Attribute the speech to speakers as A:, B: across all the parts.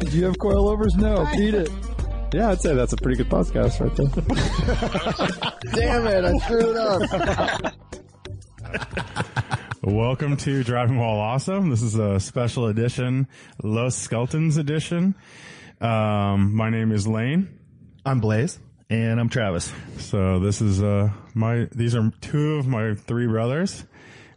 A: Do you have coilovers? No, beat it. Yeah, I'd say that's a pretty good podcast right there.
B: Damn it, I screwed up.
C: Welcome to Driving While Awesome. This is a special edition, Los Skeletons edition. Um, my name is Lane.
B: I'm Blaze.
A: And I'm Travis.
C: So this is, uh, my, these are two of my three brothers.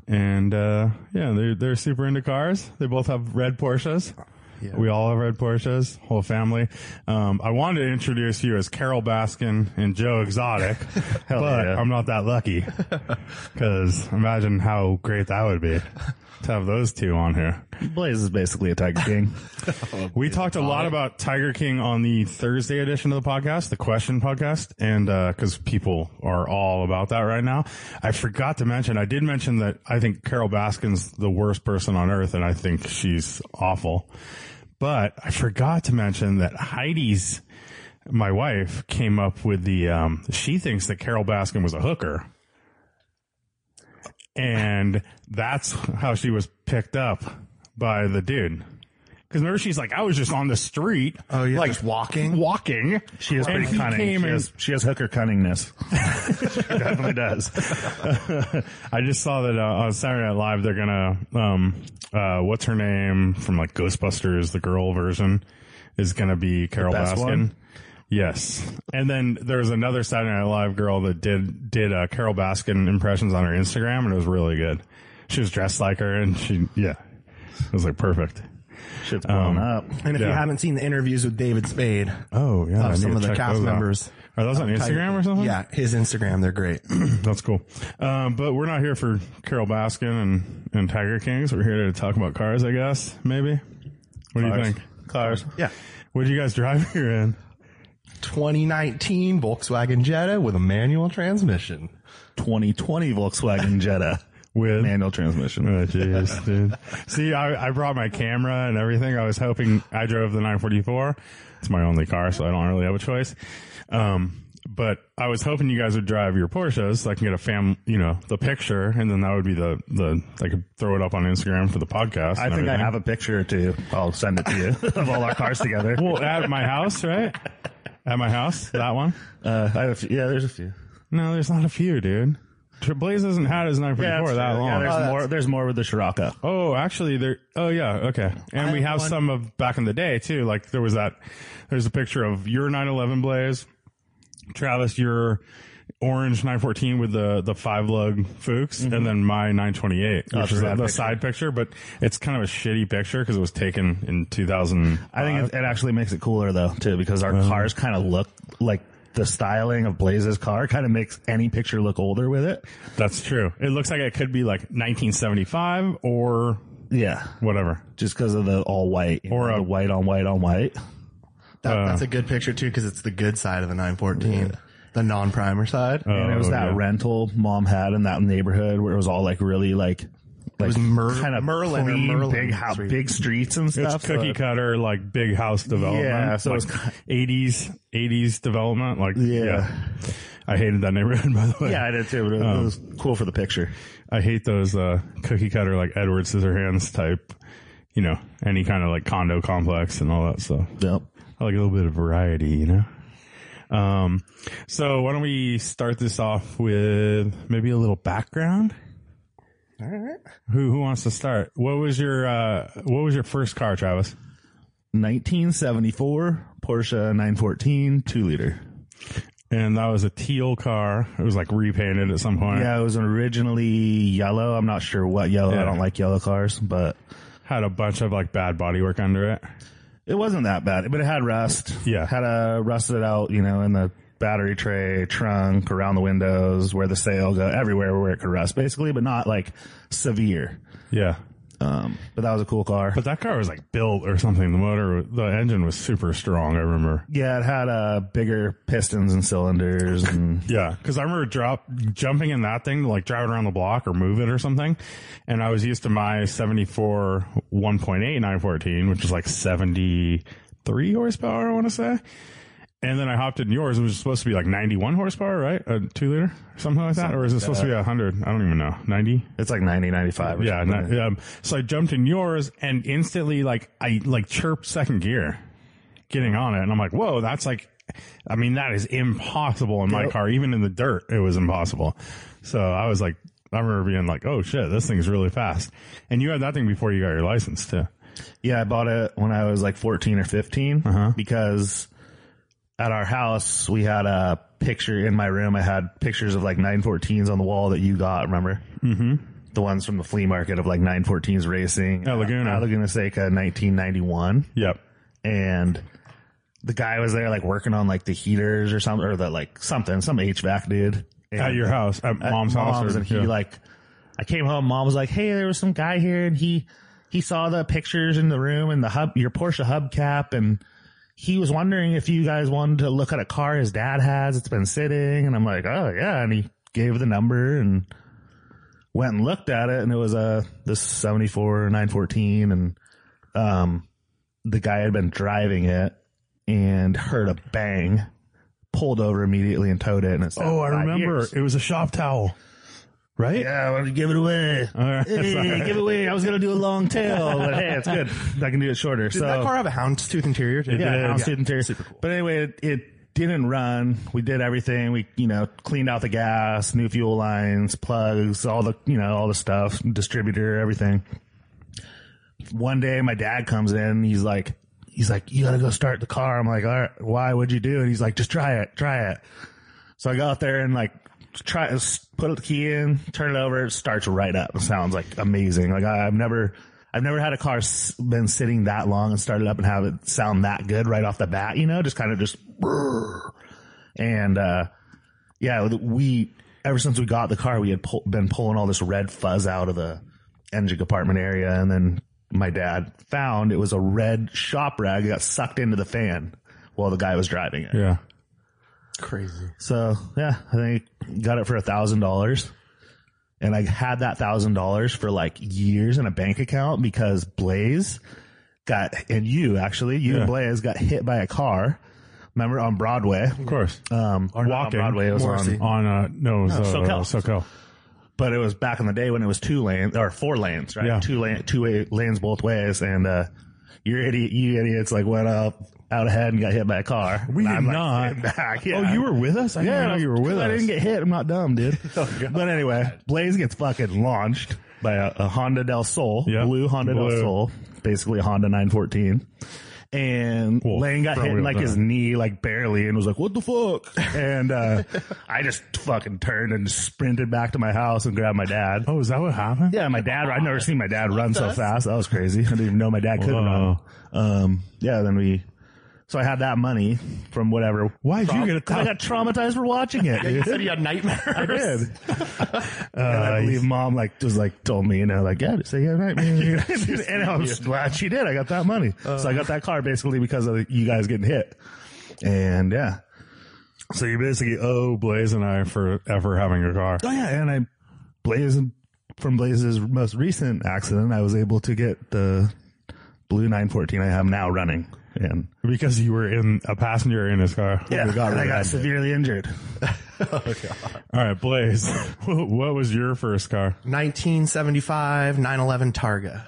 C: And, uh, yeah, they're, they're super into cars. They both have red Porsches.
B: Yeah.
C: We all have red Porsches, whole family. Um, I wanted to introduce you as Carol Baskin and Joe Exotic, but
A: yeah.
C: I'm not that lucky. Cause imagine how great that would be to have those two on here.
A: Blaze is basically a Tiger King.
C: We talked a lot about Tiger King on the Thursday edition of the podcast, the question podcast, and uh 'cause cause people are all about that right now. I forgot to mention, I did mention that I think Carol Baskin's the worst person on earth and I think she's awful. But I forgot to mention that Heidi's, my wife, came up with the, um, she thinks that Carol Baskin was a hooker. And that's how she was picked up by the dude. Because remember, she's like, I was just on the street.
B: Oh, yeah,
C: like
B: just walking?
C: Walking.
D: She is
C: And
D: pretty
C: he
D: cunning. She,
C: came and-
D: has, she has hooker cunningness. she definitely does.
C: I just saw that uh, on Saturday Night Live, they're gonna, um, uh, what's her name from like Ghostbusters, the girl version, is gonna be Carol
D: best
C: Baskin.
D: one?
C: Yes, and then there's another Saturday Night Live girl that did did uh, Carol Baskin impressions on her Instagram, and it was really good. She was dressed like her, and she yeah, it was like perfect.
D: Shit's blown up.
B: And if you
C: Yeah.
B: haven't seen the interviews with David Spade,
C: Oh yeah, I
B: of
C: need
B: some
C: to
B: of the
C: check
B: cast
C: those out.
B: members.
C: Are those on Instagram or something?
B: Yeah, his Instagram, they're great.
C: That's cool. Um, but we're not here for Carol Baskin and, and Tiger Kings. We're here to talk about cars, I guess, maybe. What do you think? Cars.
B: Yeah.
C: What did you guys drive here in?
B: 2019 Volkswagen Jetta with a manual transmission.
D: 2020 Volkswagen Jetta
C: With?
D: manual transmission.
C: Oh, jeez, dude. See, I, I brought my camera and everything. I was hoping I drove the 944. It's my only car, so I don't really have a choice. Um, but I was hoping you guys would drive your Porsches so I can get a fam, you know, the picture, and then that would be the, the, I could throw it up on Instagram for the podcast.
D: I
C: and
D: think I
C: everything.
D: have a picture or two. I'll send it to you of all our cars together.
C: Well, at my house, right? At my house, that one.
D: uh, I have a few, yeah, there's a few.
C: No, there's not a few, dude. Tr- Blaze hasn't had his
D: Yeah,
C: 944
D: that's
C: that
D: true.
C: long.
D: Yeah, there's more. There's more with the Shiraka.
C: oh, actually, there. Oh, yeah, okay. And we have some of back in the day too. Like there was that. There's a picture of your 911 Blaze, Travis, your orange 914 with the the five lug Fuchs, and then my 928, which is the,
D: Mm-hmm. Oh, that
C: the
D: picture.
C: side picture. But it's kind of a shitty picture because it was taken in 2000.
D: I think it, it actually makes it cooler though too because our cars kind of look like the styling of Blaze's car kind of makes any picture look older with it.
C: That's true. It looks like it could be like 1975 or
D: Yeah,
C: whatever.
D: just because of the all white you
C: Or
D: know,
C: a-
D: the white on white on white.
B: That, that's a good picture too because it's the good side of the 914, the non-primer side.
D: and it was
C: Oh,
D: that
C: yeah.
D: rental mom had in that neighborhood where it was all like really like like
B: was Mer-
D: kind of
B: Merlin or
D: clean,
B: Merlin
D: big house,
B: Street.
D: big streets and
C: It's
D: stuff.
C: cookie
D: so-
C: cutter, like big house development.
D: Yeah, so
C: like
D: it's ki-
C: 80s, 80s development. Like, yeah.
D: Yeah.
C: I hated that neighborhood, by the way.
D: yeah, I did too. But it,
C: Oh.
D: it was cool for the picture.
C: I hate those, uh, cookie cutter, like Edward Scissorhands type, you know, any kind of like condo complex and all that stuff.
D: Yep.
C: I like a little bit of variety, you know? Um, so why don't we start this off with maybe a little background? Who, who wants to start? What was your, uh, what was your first car, Travis?
D: 1974 Porsche 914 two liter.
C: And that was a teal car. It was like repainted at some point.
D: Yeah, it was originally yellow. I'm not sure what yellow.
C: Yeah.
D: I don't like yellow cars, but
C: Had a bunch of like bad bodywork under it.
D: it wasn't that bad. But it had rust.
C: Yeah.
D: had a rusted out. You know, in the battery tray, trunk, around the windows, where the sail go, everywhere where it could rust, basically, but not like severe.
C: Yeah.
D: Um, but that was a cool car.
C: But that car was like built or something. The motor, the engine was super strong. I remember.
D: yeah, it had uh bigger pistons and cylinders and
C: Yeah, because I remember drop jumping in that thing to like drive it around the block or move it or something, and I was used to my seventy four one point eight nine fourteen, which is like seventy three horsepower, I want to say. And then I hopped in yours, which was supposed to be like ninety one horsepower, right? A two liter, something like that, or is it supposed to be hundred? I don't even know. Ninety?
D: it's like 90, 95 or
C: Yeah.
D: something.
C: Not, um, so I jumped in yours and instantly like I like chirped second gear getting on it. And I'm like, whoa, that's like, I mean, that is impossible in my car. Even in the dirt, it was impossible. So I was like, I remember being like, oh shit, this thing's really fast. And you had that thing before you got your license too.
D: Yeah, I bought it when I was like 14 or 15
C: Uh-huh.
D: because at our house we had a picture in my room. I had pictures of like 914s on the wall that you got, remember? Mm-hmm. The ones from the flea market of like 914s racing.
C: At Laguna.
D: At Laguna Seca 1991.
C: Yep.
D: And the guy was there like working on like the heaters or something or the like something, some HVAC dude. And
C: At your house, at,
D: at
C: mom's, house. or-
D: and he
C: yeah.
D: like, I came home. Mom was like, "Hey, there was some guy here, and he he saw the pictures in the room and the hub, your Porsche hubcap, and he was wondering if you guys wanted to look at a car his dad has. It's been sitting." And I'm like, "Oh yeah," and he gave the number and went and looked at it, and it was uh, this '74 914, and um, the guy had been driving it and heard a bang. Pulled over immediately and towed it, and it sat
C: oh, I
D: for five
C: remember.
D: years.
C: It was a shop towel, right?
D: Yeah, I wanted to give it away.
C: right.
D: Hey, give it away. I was gonna do a long tail, but hey, it's good. I can do it shorter.
B: Did
D: so
B: that car have a houndstooth interior? Too?
D: yeah, house
B: Yeah.
D: did interior. But anyway, it, it didn't run. We did everything. We you know cleaned out the gas, new fuel lines, plugs, all the you know all the stuff, distributor, everything. One day, my dad comes in. He's like, he's like, you gotta go start the car. I'm like, all right, why would you do it? He's like, just try it, try it. So I go out there and like try put the key in, turn it over, it starts right up. It sounds like amazing. Like I, I've never I've never had a car s- been sitting that long and started up and have it sound that good right off the bat. You know, just kind of just brrr. and uh, yeah, we ever since we got the car, we had pull, been pulling all this red fuzz out of the engine compartment area, and then my dad found it was a red shop rag that got sucked into the fan while the guy was driving it.
C: Yeah.
B: Crazy.
D: So yeah, I think got it for a thousand dollars. And I had that thousand dollars for like years in a bank account because Blaze got, and you actually, you
C: Yeah.
D: and Blaze got hit by a car. Remember on Broadway?
C: Of course.
D: Um, or not on
C: Walking.
D: Broadway, it was
B: Morrissey.
C: on
D: on,
C: uh no, it was, uh,
D: SoCal.
C: SoCal.
D: but it was back in the day when it was two lanes or four lanes, right?
C: Yeah.
D: Two lane, two way, lanes both ways. And, uh, your idiot, you idiots like went up out ahead and got hit by a car.
C: We
D: And
C: did
D: I'm, like,
C: not.
D: sitting Back. Yeah.
C: Oh, you were with us? I didn't know you were with us. Oh,
D: I didn't get hit. I'm not dumb, dude. but anyway, Blaze gets fucking launched by a, a Honda Del Sol,
C: Yeah.
D: blue Honda Del
C: Blue.
D: Sol, basically a Honda 914. And
C: Cool.
D: Lane got
C: Front
D: hit in
C: wheel
D: like his knee, like barely, and was like, "What the fuck?" And uh, I just fucking turned and sprinted back to my house and grabbed my dad.
C: Oh, is that what happened?
D: Yeah, my dad. I've never seen my dad run so fast. That was crazy. I didn't even know my dad could
C: Whoa.
D: run. Um, yeah, then we. So I had that money from whatever.
C: Why'd you get a
D: I got traumatized for watching it.
B: You
D: dude.
B: said you had nightmares.
D: I did. Uh, and I believe mom like was like told me, you know, like yeah, just say yeah, right. man." and I was glad she did. I got that money, so I got that car basically because of you guys getting hit. And yeah,
C: So you basically owe Blaze and I for ever having a car.
D: oh yeah, and I Blaze from Blaze's most recent accident, I was able to get the blue nine fourteen I have now running, and
C: Because you were in a passenger in his car.
D: yeah,
C: We got
D: and I got
C: revenge.
D: severely injured.
C: All right, Blaze. what what was your first car?
B: 1975 911 Targa.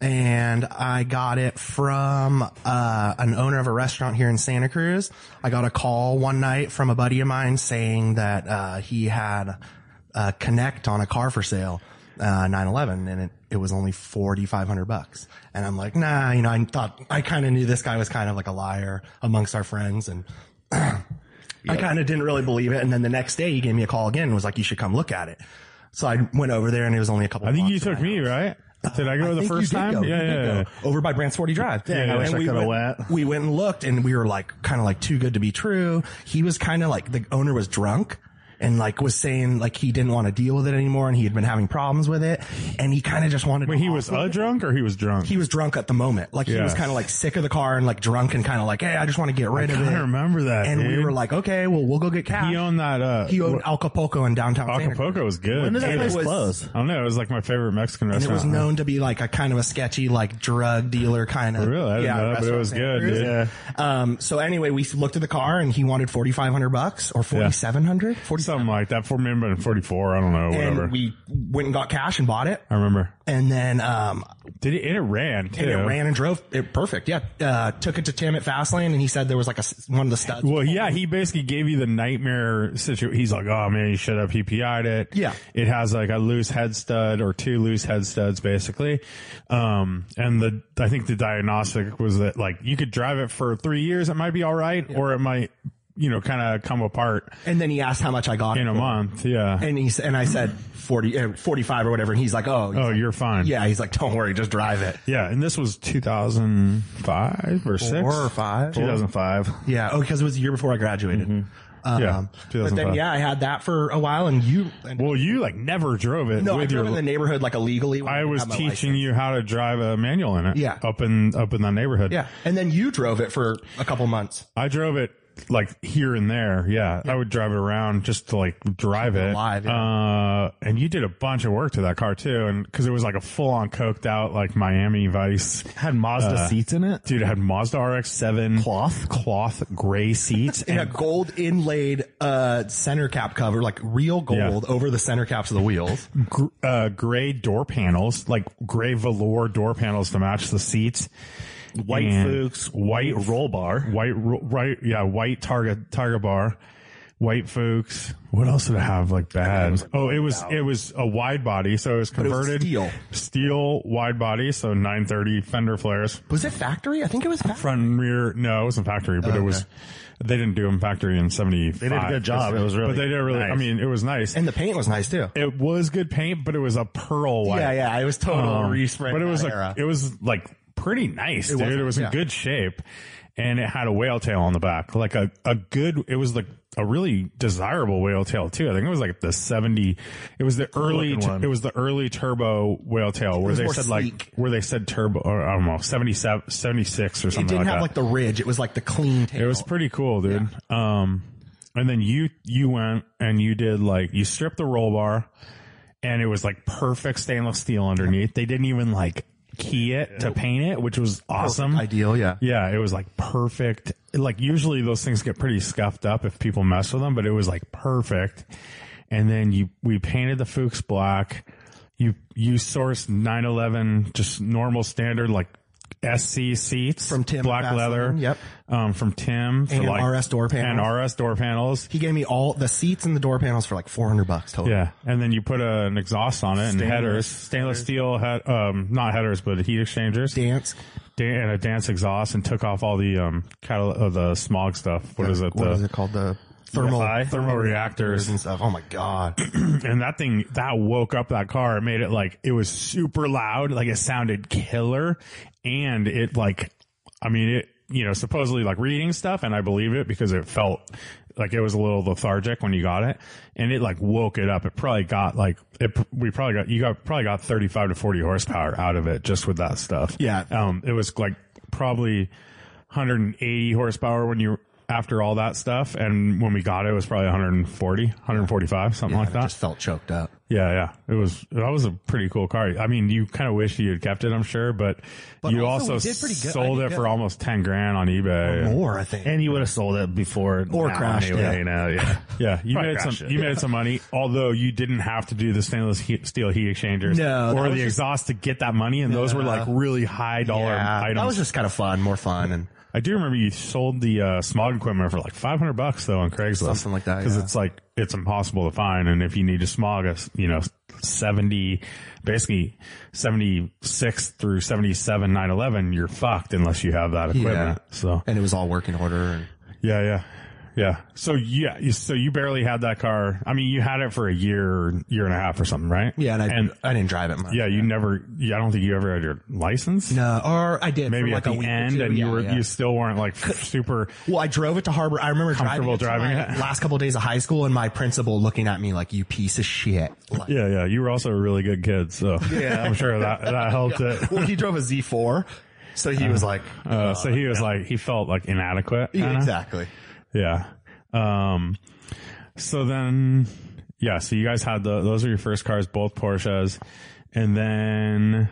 B: And I got it from uh, an owner of a restaurant here in Santa Cruz. I got a call one night from a buddy of mine saying that uh, he had a connect on a car for sale, uh, 911, and it, it was only 4,500 bucks. And I'm like, nah, you know, I thought I kind of knew this guy was kind of like a liar amongst our friends, and I kind of didn't really believe it. And then the next day, he gave me a call again and was like, "You should come look at it." So I went over there, and it was only a couple.
C: I think you
B: blocks
C: took
B: from my
C: me,
B: house.
C: right? Did I go the
B: think
C: first
B: you did
C: time?
B: go. You
C: yeah,
B: did
C: yeah,
B: go.
C: yeah.
B: Over by Bransforty Drive.
C: I wish
B: And
C: I
B: we
D: coulda
B: went-
D: went.
B: We went and looked, and we were like, kind of like too good to be true. He was kind of like the owner was drunk. and like was saying like he didn't want to deal with it anymore and he had been having problems with it and he kind of just wanted
C: Wait,
B: to
C: he was
B: off-
C: a drunk or he was drunk?
B: he was drunk at the moment. Like he
C: Yeah.
B: was kind of like sick of the car and like drunk and kind of like, hey, I just want to get rid of it.
C: kinda remember that,
B: And we
C: dude.
B: were like, okay, well, we'll go get cash.
C: He owned that. Uh,
B: He owned Acapulco in downtown Santa Cruz.
C: Acapulco was good.
D: When did that
C: And it
D: place
C: was-
D: close?
C: I don't know. It was like my favorite Mexican
B: And it
C: restaurant.
B: was known to be like a kind of a sketchy, like drug dealer kind of.
C: Oh, Really? I didn't know that, but it
B: restaurant
C: was
B: Santa
C: good,
B: Cruz.
C: dude. Yeah.
B: Um, so anyway, we looked at the car and he wanted 4,500 bucks or 4,700? 40
C: Something like that. Four maybe about forty four. I don't know. Whatever.
B: And we went and got cash and bought it.
C: I remember.
B: And then, um,
C: Did it? And it ran too.
B: and it ran and drove it perfect. Yeah. Uh, took it to Tim at Fastlane and he said there was like a, s- one of the studs.
C: Well, yeah, he basically gave you the nightmare situation. He's like, oh man, you should have PPI'd it.
B: Yeah.
C: It has like a loose head stud or two loose head studs basically. Um, and the, I think the diagnostic was that like you could drive it for three years. It might be all right or it might, you know, kind of come apart
B: And then he asked how much I got
C: in
B: it
C: a
B: for.
C: month. Yeah.
B: And he s- and I said 40, uh, 45 or whatever. And he's like, oh,
C: oh, you're fine.
B: yeah. He's like, don't worry, just drive it.
C: Yeah. And this was 2005 or six
B: or five.
C: 2005.
B: Yeah. Oh, because it was the year before I graduated. Um,
C: Mm-hmm. Yeah,
B: But then
C: 2005.
B: yeah, I had that for a while, and you. And,
C: Well, you like never drove it
B: no, I
C: with
B: drove
C: your
B: in the neighborhood like illegally. when
C: I
B: didn't
C: was
B: have my
C: teaching
B: license.
C: you how to drive a manual in it.
B: Yeah.
C: Up in up in that neighborhood.
B: Yeah, and then you drove it for a couple months.
C: I drove it like here and there. Yeah. I would drive it around just to like drive it.
B: alive, yeah.
C: Uh and you did a bunch of work to that car too. And cause it was like a full on coked out like Miami Vice.
D: Had Mazda
C: Uh,
D: seats in it.
C: Dude, it had Mazda RX seven cloth cloth gray seats.
B: In a gold inlaid uh, center cap cover, like real gold, over the center caps of the wheels.
C: gr- uh, gray door panels, like gray velour door panels to match the seats.
D: White
C: And
D: Fuchs,
C: white
D: roll bar.
C: white, ro- right, yeah, white target, target bar, white Fuchs. What else did it have? Like bad. Oh, it was, it was a wide body, so it was
B: it was
C: converted
B: steel.
C: steel wide body, so 930 fender flares.
B: Was it factory? I think it was factory.
C: Front and rear, no, it wasn't factory, but it was. They didn't do them factory in '75.
D: They did a good job. It was really
C: but they did really. I
D: nice.
C: mean, it was nice.
B: and the paint was nice too.
C: it was good paint, but it was a pearl white.
B: Yeah, yeah, it was total
C: Um,
B: respray.
C: But it was
B: that
C: like
B: era.
C: it was like pretty nice, dude.
B: was,
C: it was
B: yeah.
C: in good shape, and it had a whale tail on the back, like a a good. It was like a really desirable whale tail too. I think it was like the seventy. It was the early.
D: looking one.
C: It was the early turbo whale tail where
B: was
C: they
B: more
C: said
B: sleek.
C: like where they said turbo. Or, I don't know 77, 76 or something.
B: it didn't
C: like
B: have
C: that.
B: like the ridge. It was like the clean tail.
C: It was pretty cool, dude. Um, and then you you went and you did like you stripped the roll bar, and it was like perfect stainless steel underneath. They didn't even like key it to paint it, which was awesome.
B: ideal. Yeah.
C: Yeah, it was like perfect. Like usually those things get pretty scuffed up if people mess with them, but it was like perfect. And then you we painted the Fuchs black. You you sourced 911 just normal standard like SC seats
B: From Tim
C: black
B: Vaseline,
C: leather.
B: yep.
C: Um, from Tim for
B: And
C: like
B: RS door panels.
C: and RS door panels.
B: He gave me all the seats and the door panels for like 400 bucks total.
C: Yeah, and then you put a, an exhaust on it and
D: Stainless
C: headers, stainless steel head, um, not headers but heat exchangers.
B: Dance.
C: dan- and a dance exhaust and took off all the um catal- uh, the smog stuff. What is it?
B: What
C: the
B: is it called? The thermal
C: Yeah, thermal reactors.
B: and stuff. Oh my god!
C: and that thing that woke up that car. It made it like it was super loud. Like it sounded killer, and it like I mean it. You know, supposedly like reading stuff, and I believe it because it felt like it was a little lethargic when you got it, and it like woke it up. It probably got like it. We probably got you got probably got thirty five to forty horsepower out of it just with that stuff.
B: Yeah.
C: um, it was like probably 180 horsepower when you after all that stuff and when we got it it was probably 140 145 something like
B: I
C: that
B: just felt choked up.
C: yeah yeah it was that was a pretty cool car i mean you kind of wish you had kept it i'm sure but, you
B: also,
C: also,
B: we did pretty good.
C: sold
B: I
C: it
B: did
C: for
B: good.
C: almost 10 grand on ebay
B: More, I think.
D: and you would have sold it before
B: Or
D: now
B: crashed,
D: Anyway,
B: yeah.
D: you know, yeah.
C: yeah, you
D: Probably
C: made some
D: crashed it.
C: you made some money, although you didn't have to do the stainless heat, steel heat exchangers
B: No, that
C: or
B: was
C: the
B: just-
C: exhaust to get that money, and those were like really high dollar
B: yeah,
C: items.
B: that was just kind of fun, more fun, and
C: I do remember you sold the uh, smog equipment for like 500 bucks though on Craigslist.
B: Something like that,
C: Cause
B: yeah.
C: it's like, it's impossible to find. And if you need to smog a, s- you know, 70, basically 76 through 77 911, you're fucked unless you have that equipment. So
B: and it was all working order. And
C: yeah, yeah, Yeah. So yeah, you- so you barely had that car. I mean, you had it for a year, year and a half or something, right?
B: Yeah, and I,
C: and
B: I didn't drive it much.
C: yeah, you never. Yeah, I don't think you ever had your license.
B: No, or I did
C: Maybe
B: for like
C: at
B: a
C: the
B: week or
C: end,
B: two,
C: and you
B: yeah,
C: were
B: yeah.
C: you still weren't like super.
B: Well, I drove it to Harbor. I remember
C: Comfortable
B: driving, it, to
C: driving
B: my
C: it?
B: last couple of days of high school, and my principal looking at me like, "You piece of shit." Like,
C: Yeah, yeah. You were also a really good kid, so yeah, I'm sure that that helped it.
B: Well, he drove a Z4, so he was like,
C: Uh, uh-huh. so he was like, he felt like inadequate.
B: yeah,
C: kinda.
B: "Exactly."
C: Yeah. Um, so then, yeah, so you guys had the, those are your first cars, both Porsches. And then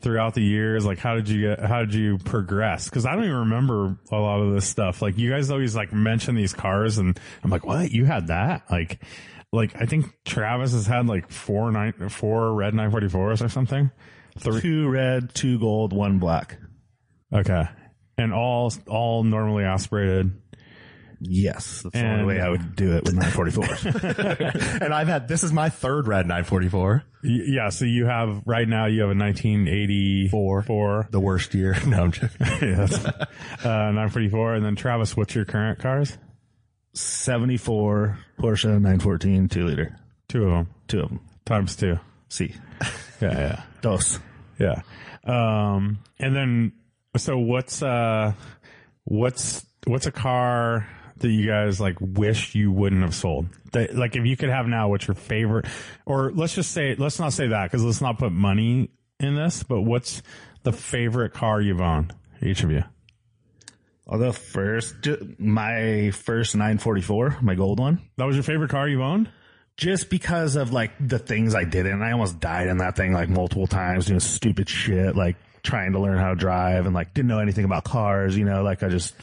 C: throughout the years, like, how did you get, how did you progress? Cause I don't even remember a lot of this stuff. Like, you guys always like mention these cars and I'm like, what? You had that? Like, like, I think Travis has had like four nine, four red 944s or something. Three.
D: Two red, two gold, one black.
C: Okay. And all, all normally aspirated.
D: Yes, that's the only
C: And-
D: way I would do it with 944.
B: And I've had this is my third red 944,
C: Y- Yeah, so you have right now you have a 1984 four.
B: the worst year. No, I'm joking.
C: Yes. uh, 944 and then Travis, what's your current cars?
D: 74 Porsche 914 two liter,
C: Two of them.
D: two of them.
C: Times two.
D: See,
C: Yeah,
D: dos.
C: yeah. Yeah. Um and then so what's uh what's what's a car that you guys like wish you wouldn't have sold? That like if you could have now what's your favorite or let's just say let's not say that cuz let's not put money in this, but what's the favorite car you've owned? Each of you.
D: Although first, ju- my first 944, my gold one,
C: That was your favorite car you've owned?
D: just because of like the things I did and I almost died in that thing like multiple times doing stupid shit, like trying to learn how to drive and like didn't know anything about cars, you know, like I just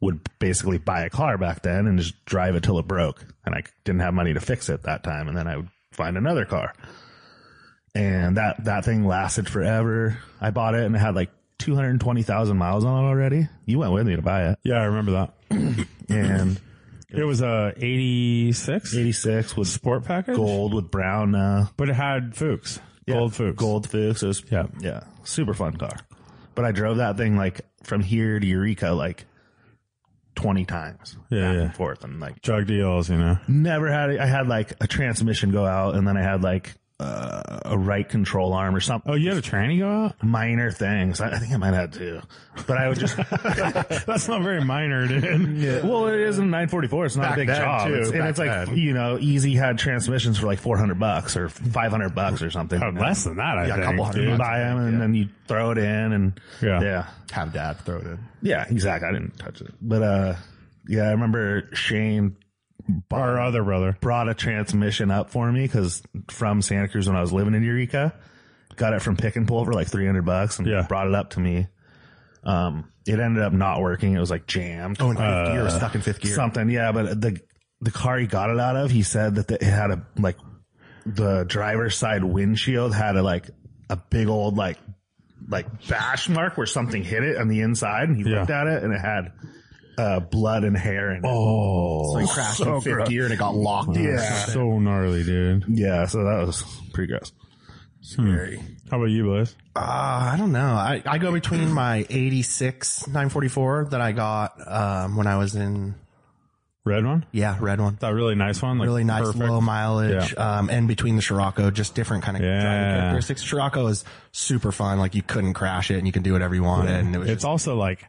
D: would basically buy a car back then and just drive it till it broke and I didn't have money to fix it that time. And then I would find another car and that, that thing lasted forever. I bought it and it had like 220,000 miles on it already. You went with me to buy it
C: Yeah, I remember that.
D: and
C: It was a 86
D: 86 was
C: sport package,
D: gold with brown, uh,
C: but it had Fuchs, gold Fuchs.
D: Gold Fuchs. It was,
C: Yeah.
D: Yeah. Super fun car. But I drove that thing like from here to Eureka like 20 times.
C: Yeah,
D: Back
C: yeah.
D: and forth. And like
C: Drug deals, you know.
D: never had it. I had like a transmission go out and then I had like uh, a right control arm or something.
C: Oh, you had a tranny go out?
D: Minor things. I, I think I might have two. But I would just.
C: That's not very minor, dude.
D: Well, it is a 944. It's not
B: Back
D: a big
B: then,
D: job.
B: too.
D: It's- and
B: Back
D: it's like,
B: then.
D: you know, Easy had transmissions for like 400 bucks or 500 bucks or something.
C: Oh, less than that, I
B: Yeah, a
C: think.
B: couple hundred
C: dude.
D: You
B: bucks.
D: buy them and
B: Yeah.
D: then you throw it in and
C: Yeah.
D: yeah.
B: Have dad throw it in.
D: Yeah, exactly. I didn't touch it. But uh yeah, I remember Shane
C: Our other brother.
D: brought a transmission up for me cuz from Santa Cruz when I was living in Eureka, got it from Pick and Pull for like 300 bucks and
C: Yeah.
D: brought it up to me. Um it ended up not working. It was like jammed.
B: Oh, in fifth gear, stuck in fifth gear.
D: Something, yeah, but the the car he got it out of, he said that it had a like the driver's side windshield had a like a big old like like bash mark where something hit it on the inside, and he
C: Yeah.
D: looked at it and it had uh, blood and hair and
C: Oh,
B: so he crashed
D: so
B: in fifth
D: gross.
B: gear and it got locked. in.
C: so gnarly, dude.
D: yeah, so that was pretty gross. Hmm.
B: Scary.
C: How about you, Blaze?
B: Uh, I don't know. I, I go between my 86 944 that I got, um, when I was in,
C: Red one?
B: yeah, red one.
C: That really nice one? Like
B: really nice
C: perfect?
B: low mileage um, and between the Scirocco, just different kind of
C: Yeah.
B: driving characteristics. Scirocco is super fun. Like you couldn't crash it and you can do whatever you wanted. And it was
C: It's
B: just,
C: also like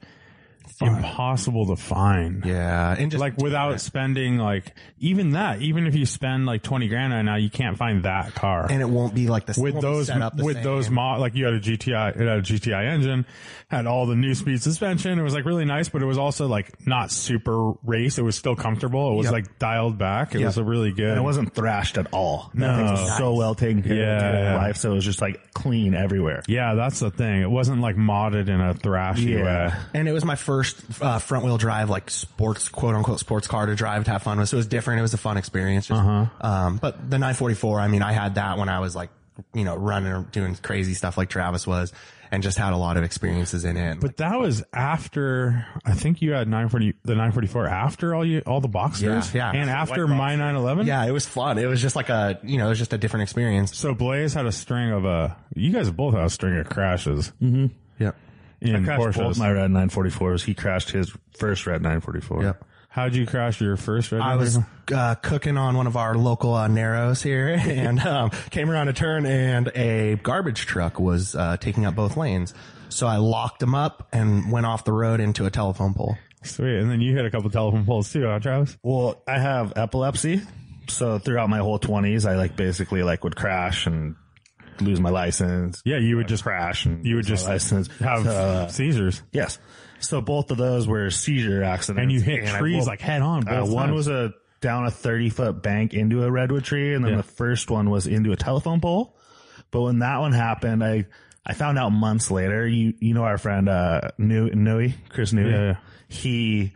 C: impossible to find.
B: yeah. And just
C: Like without spending like even that, even if you spend like twenty grand right now, you can't find that car.
B: and it won't be like the it
C: with
B: won't be
C: those
B: set up the
C: with
B: same.
C: those mo- like you had a GTI it had a GTI engine had all the new speed suspension it was like really nice but it was also like not super race it was still comfortable it was
B: Yep.
C: like dialed back it
B: Yep.
C: was a really good
D: And it wasn't thrashed at all. No,
C: No.
D: so well taken care of
C: Yeah.
D: during my life, so it was just like clean everywhere.
C: yeah that's the thing it wasn't like modded in a thrashy
D: Yeah.
C: way
B: And it was my first uh, front wheel drive, like sports, quote unquote, sports car to drive to have fun with. So it was different. It was a fun experience. Just, um, but the 944, I mean, I had that when I was like, you know, running or doing crazy stuff like Travis was and just had a lot of experiences in it.
C: but that was after I think you had 940 the 944 after all you all the boxers
B: Yeah, yeah.
C: and after my 911
B: yeah, it was fun. It was just like a, you know, it was just a different experience.
C: so Blaze had a string of uh you guys both had a string of crashes
B: Yep.
C: in
D: crashed
C: Porsches
D: both my red 944s. He crashed his first red 944.
B: Yep.
C: How'd you crash your first red?
B: I
C: Dead
B: was
C: Redemption?
B: uh, cooking on one of our local uh, narrows here and um, came around a turn and a garbage truck was uh, taking up both lanes. So I locked him up and went off the road into a telephone pole.
C: sweet, and then you hit a couple telephone poles too, huh, Travis?
D: Well, I have epilepsy, so throughout my whole twenties, I like basically like would crash and lose my license.
C: Yeah, you would
D: I'd
C: just
D: crash and
C: You would
D: lose my
C: just
D: license.
C: have
D: So, uh,
C: seizures.
D: yes. So both of those were seizure accidents,
C: And you hit
D: I
C: trees,
D: woke-
C: like, head on
D: Uh,
C: both
D: one
C: times.
D: was a down a thirty foot bank into a redwood tree, and then
C: Yeah.
D: the first one was into a telephone pole. But when that one happened, I I found out months later. You you know our friend uh New Nui Chris Nui.
C: Yeah, yeah.
D: He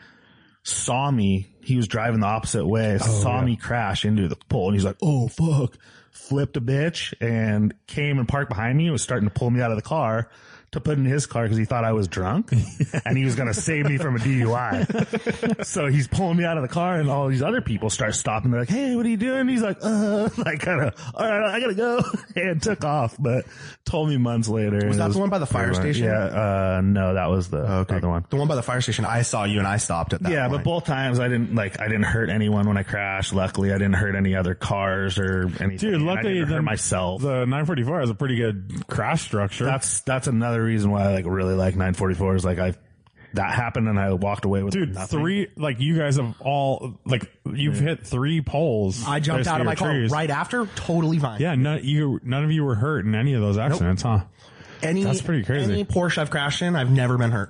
D: saw me. He was driving the opposite
B: Oh,
D: way. saw me crash into the pole, and he's like, "Oh fuck!" Flipped a bitch and came and parked behind me. Was starting to pull me out of the car to put in his car because he thought I was drunk and he was going to save me from a DUI. so he's pulling me out of the car, and all these other people start stopping. They're like, "Hey, what are you doing?" He's like, "Uh," like kind of, "All right, I gotta go," and took off. But told me months later.
B: Was
D: it
B: that the one by the fire station?
D: Yeah. Uh, no, that was the other one.
B: The one by the fire station. I saw you and I stopped at that.
D: Yeah,
B: point.
D: but both times I didn't like I didn't hurt anyone when I crashed. Luckily, I didn't hurt any other cars or anything.
C: Dude,
D: And
C: luckily
D: I didn't
C: the-
D: hurt myself.
C: The 944 has a pretty good crash structure.
D: that's that's another reason why I like really like 944 is like I that happened and I walked away with
C: Dude,
D: nothing.
C: three like you guys have all like you've hit three poles.
B: I jumped
C: basically,
B: out of
C: or
B: my car
C: trees.
B: right after. Totally fine.
C: Yeah, none you none of you were hurt in any of those accidents, huh?
B: Any,
C: That's pretty crazy.
B: Any Porsche I've crashed in, I've never been hurt.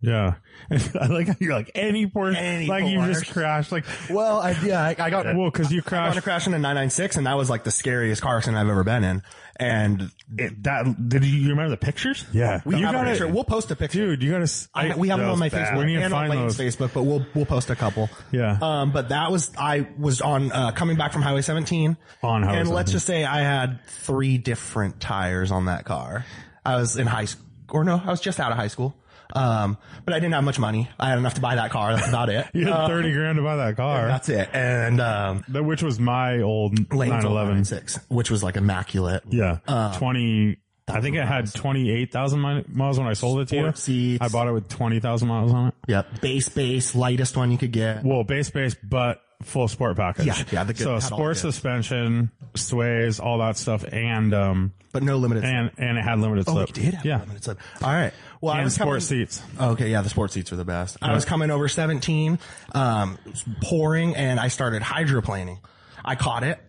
C: Yeah, I like how you're like
D: "Eh,
C: any Porsche,
B: Any
C: like you just
B: Porsche.
C: crashed. Like
B: Well, I, yeah, I, I got
C: well, because you
B: I got
C: crashed.
B: a crash in a 996 and that was like the scariest car accident I've ever been in. And
D: It, eh, that did you remember the pictures?
C: Yeah,
B: we
C: you
B: have a
C: gotta-
B: picture. We'll post a picture.
C: dude. You got to.
B: I, we have them on my
C: bad.
B: Facebook
C: We need to
B: and on
C: find
B: Lane's
C: those.
B: Facebook, but we'll we'll post a couple.
C: Yeah.
B: Um, but that was I was on uh, coming back from Highway 17
C: On Highway
B: and
C: 17.
B: let's just say I had three different tires on that car. I was in high school, or no, I was just out of high school. Um, but I didn't have much money. I had enough to buy that car. That's about it.
C: You had
B: Uh,
C: thirty grand to buy that car,
B: that's it. And um,
C: that which was my old
B: Uh, Lane's
C: 911.
B: 996, which was like immaculate.
C: Yeah,
B: Uh,
C: twenty. I think it had twenty eight thousand miles when I sold it to you.
B: Sport seats.
C: I bought it with twenty thousand miles on it.
B: Yep. Base, base, lightest one you could get.
C: Well, base base, but full sport package.
B: Yeah, yeah, the good-
C: so
B: had all
C: sport
B: the good.
C: suspension, sways, all that stuff, and um,
B: But no limited.
C: and and it had limited
B: oh,
C: slip.
B: it did have
C: yeah,
B: limited slip. All right. Well, I
C: and
B: was
C: sport
B: coming,
C: seats.
B: Okay, yeah, the sports seats are the best. I was coming over 17, um, it was pouring, and I started hydroplaning. I caught it.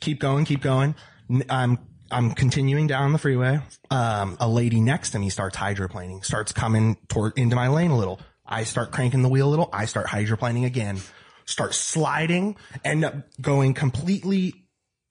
B: Keep going, keep going. N- I'm I'm continuing down the freeway. Um, a lady next to me starts hydroplaning, starts coming toward into my lane a little. I start cranking the wheel a little. I start hydroplaning again. Start sliding, end up going completely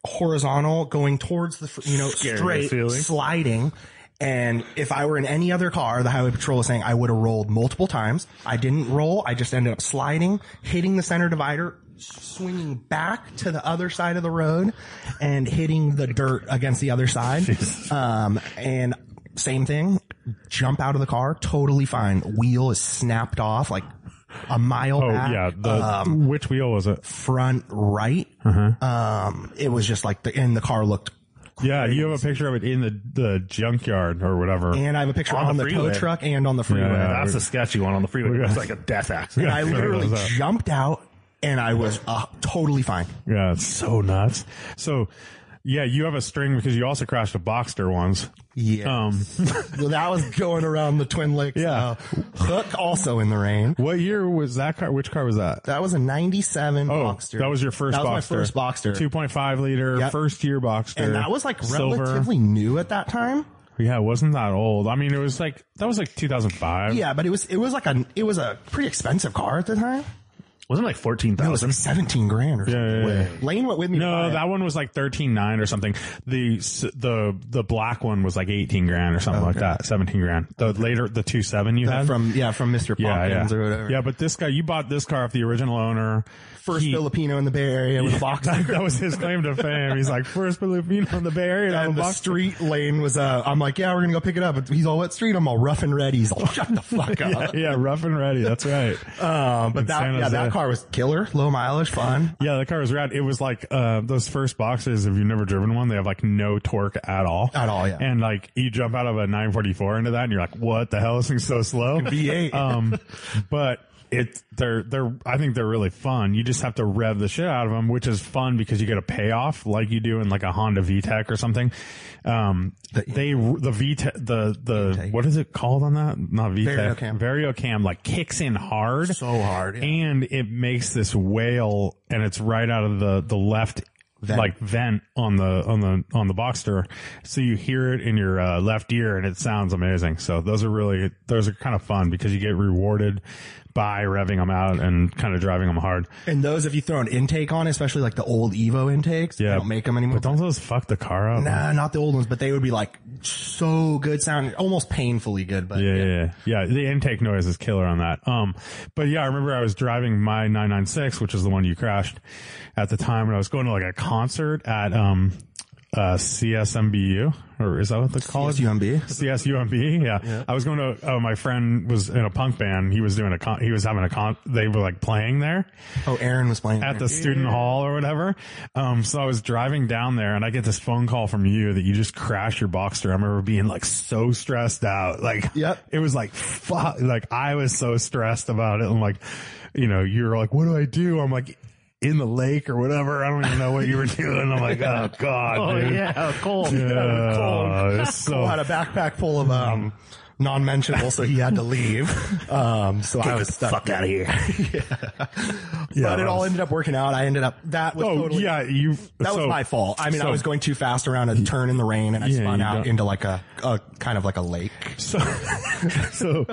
B: horizontal, going towards the fr- you know straight
D: feeling.
B: sliding. And if I were in any other car, the highway patrol is saying I would have rolled multiple times. I didn't roll. I just ended up sliding, hitting the center divider, swinging back to the other side of the road, and hitting the dirt against the other side. Um, and same thing, jump out of the car, totally fine. Wheel is snapped off like a mile.
C: Oh
B: back
C: yeah, the
D: um,
C: which wheel was it?
B: front right. Um, it was just like the and the car looked.
C: Yeah, you have a picture of it in the the junkyard or whatever.
B: And I have a picture
D: On
B: on,
D: the
B: the, tow
D: freeway.
B: truck and on the freeway.
C: Yeah.
D: That's a sketchy one on the freeway. It's like a death accident.
B: I
C: Yeah,
B: literally
C: it was that.
B: jumped out and I was uh, totally fine.
C: yeah, it's so nuts. So. Yeah, you have a string because you also crashed a Boxster once.
B: Yeah.
C: Um,
B: well, that was going around the Twin Lakes.
C: Yeah.
B: uh, hook also in the rain.
C: what year was that car? Which car was that?
B: That was a 97
C: Oh,
B: Boxster.
C: that was your first
B: That
C: Boxster.
B: was my first Boxster.
C: 2.5 liter,
B: Yep.
C: first year Boxster.
B: and that was like
C: silver.
B: relatively new at that time.
C: Yeah, it wasn't that old. I mean, it was like, that was like 2005.
B: Yeah, but it was, it was like a, it was a pretty expensive car at the time.
D: Wasn't it like fourteen
B: It was
D: thousand.
B: like 17 grand or something.
C: yeah, yeah.
B: Lane went with me. to buy
C: No,
B: it.
C: that one was like thirteen nine or something. The s- the the black one was like eighteen grand or something like that, seventeen grand. The later the two seven you
B: Uh,
C: had
B: from yeah from Mr.
C: yeah
B: Pompkins
C: yeah
B: or whatever.
C: yeah. But this guy, you bought this car off the original owner.
B: First
C: He-
B: Filipino in the Bay Area with a box.
C: that, that was his claim to fame. He's like first Filipino in the Bay Area. to have a
B: And the
C: Boxster."
B: street lane was, uh, I'm like, yeah, we're gonna go pick it up. But He's all, what street? I'm all rough and ready. He's all, shut the fuck up.
C: yeah, rough and ready. That's right.
B: Um, but that,
C: San
B: yeah,
C: Jose.
B: that car was killer, low mileage, fun.
C: Yeah, the car was rad. It was like uh, those first boxes. If you've never driven one, they have like no torque at all.
B: At all, yeah.
C: And like you jump
B: Uh,
C: out of a 944 into that, and you're like, "What the hell? This thing's so slow."
B: V8.
C: Um, but it they're they're I think they're really fun. You just have to rev the shit out of them, which is fun because you get a payoff like you do in like a Honda VTEC or something. Um,
B: E.
C: they the VTEC the the what is it called on that? Not VTEC
B: Variocam.
C: Variocam like kicks in hard,
B: So hard, yeah.
C: and it makes this wail, and it's right out of the the left. Like vent on the on the on the Boxster, so you hear it in your uh, left ear, and it sounds amazing. So those are really those are kind of fun because you get rewarded by revving them out and kind of driving them hard.
B: And those, if you throw an intake on, especially like the old Evo intakes,
C: Yeah.
B: they don't make them anymore.
C: But don't those fuck the car up?
B: Nah, not the old ones, but they would be like so good sounding, almost painfully good. But
C: Yeah, yeah, yeah, yeah. The intake noise is killer on that. Um, but yeah, I remember I was driving my 996, which is the one you crashed at the time, and I was going to like a concert at um, uh, CSMBU, or is that what they call it?
B: CSUMB?
C: CSUMB. E, Yeah. I was going to. Uh, my friend was in a punk band. He was doing a con. He was having a con. They were like playing there.
B: Oh, Aaron was playing
C: at
B: there.
C: the student hall or whatever. Um, so I was driving down there and I get this phone call from you that you just crashed your Boxster. I remember being like so stressed out. Like,
B: Yep.
C: it was like, fuck, like I was so stressed about it. And like, you know, you're like, what do I do? I'm like, in the lake or whatever. I don't even know what you were doing. I'm like, oh God.
D: Oh
C: dude.
D: yeah, cold.
C: Yeah, it's so
B: had a backpack full of um, non-mentionable, so he had to leave. Um, so I was stuck.
D: fuck out of here.
C: yeah,
B: but it
C: that
B: all
C: was-
B: ended up working out. I ended up that was
C: Oh
B: totally,
C: yeah, you.
B: That was my fault. I mean, I was going too fast around a turn in the rain, and I
C: Yeah,
B: spun
C: you
B: out
C: don't-
B: into like a, a kind of like a lake.
C: so so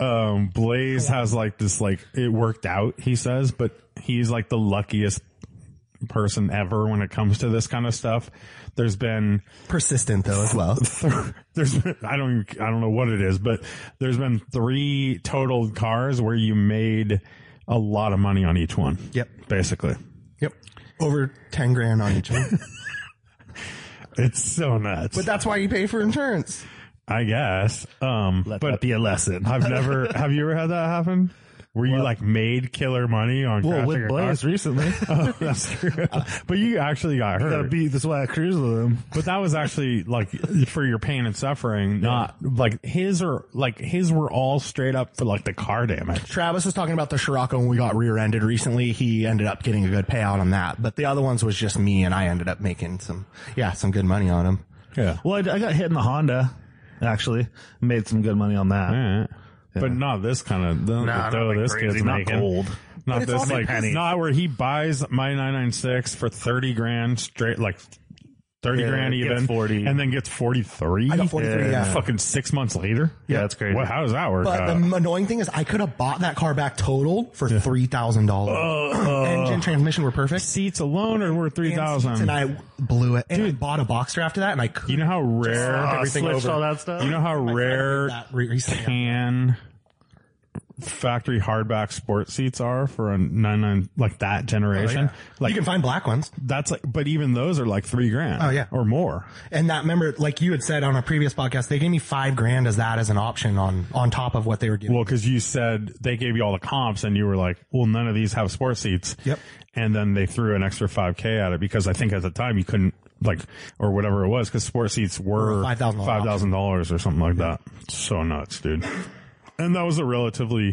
C: um blaze has like this like it worked out he says but he's like the luckiest person ever when it comes to this kind of stuff there's been
B: Persistent though, as well.
C: there's been, I don't even, I don't know what it is, but there's been three total cars where you made a lot of money on each one.
B: Yep.
C: Basically.
B: Yep, over ten grand on each one.
C: It's so nuts.
B: But that's why you pay for insurance.
C: I guess. Um
D: Let that
C: but
D: be a lesson.
C: I've never have you ever had that happen? Where you like made killer money on
D: Well,
C: crashing
D: with
C: your car?
D: Blaze recently,
C: Oh, that's true. but you actually got hurt.
D: gotta beat. That's why I cruise with him.
C: but that was actually like for your pain and suffering, not like his or like his were all straight up for like the car damage.
B: Travis was talking about the Scirocco when we got rear-ended recently. He ended up getting a good payout on that, but the other ones was just me, and I ended up making some, yeah, some good money on them.
C: Yeah.
D: Well, I, I got hit in the Honda. Actually, made some good money on that.
C: But not this kind of, no,
D: not
C: though
D: like
C: this
D: crazy,
C: kid's
D: not
C: making.
D: gold.
C: Not
B: it's
C: this
B: only
C: like,
D: pennies.
C: not where he buys my 996 for 30 grand straight, like 30
D: Yeah,
C: grand
D: gets
C: even.
D: 40.
C: And then gets 43.
B: I got 43, yeah.
C: Fucking six months later.
D: Yeah, that's crazy.
C: Well, how does that work
B: But
C: out?
B: the m- annoying thing is, I could have bought that car back totaled for three thousand
C: Uh,
B: dollars.
C: Oh.
B: Engine, transmission were perfect.
C: Seats alone are worth
B: And
C: 3000
B: seats, and I blew it. And I bought a Boxster after that, and I could
C: You know how rare
D: Oh,
B: everything
D: switched
B: over.
D: all that stuff.
C: you know how rare
B: that re- recently.
C: tan factory hardback sport seats are for a nine nine like that generation. Like
B: you can find black ones.
C: that's like but even those are like three grand.
B: Oh, yeah.
C: Or more.
B: And that, remember, like you had said on a previous podcast, they gave me five grand as that as an option on on top of what they were giving.
C: Well, because you said they gave you all the comps and you were like, Well, none of these have sport seats.
B: Yep.
C: And then they threw an extra five K at it because I think at the time you couldn't like or whatever it was, because sport seats were
B: Were a $5,000
C: five thousand dollars or something like that. So nuts, dude. And that was a relatively,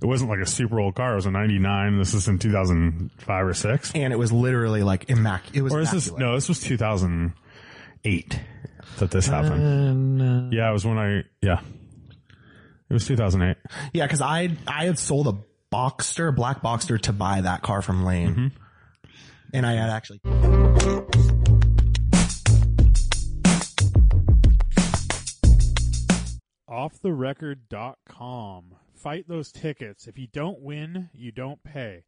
C: it wasn't like a super old car. It was a 99. This is in 2005 or 6.
B: and it was literally like immaculate. It was
C: Or is this,
B: immaculate.
C: no, this was 2008 that this happened.
D: And, uh,
C: Yeah, it was when I, yeah. It was 2008.
B: Yeah, because I I had sold a Boxster, a black Boxster, to buy that car from Lane,
C: Mm-hmm.
B: and I had actually.
E: offtherecord.com. Fight those tickets. If you don't win, you don't pay.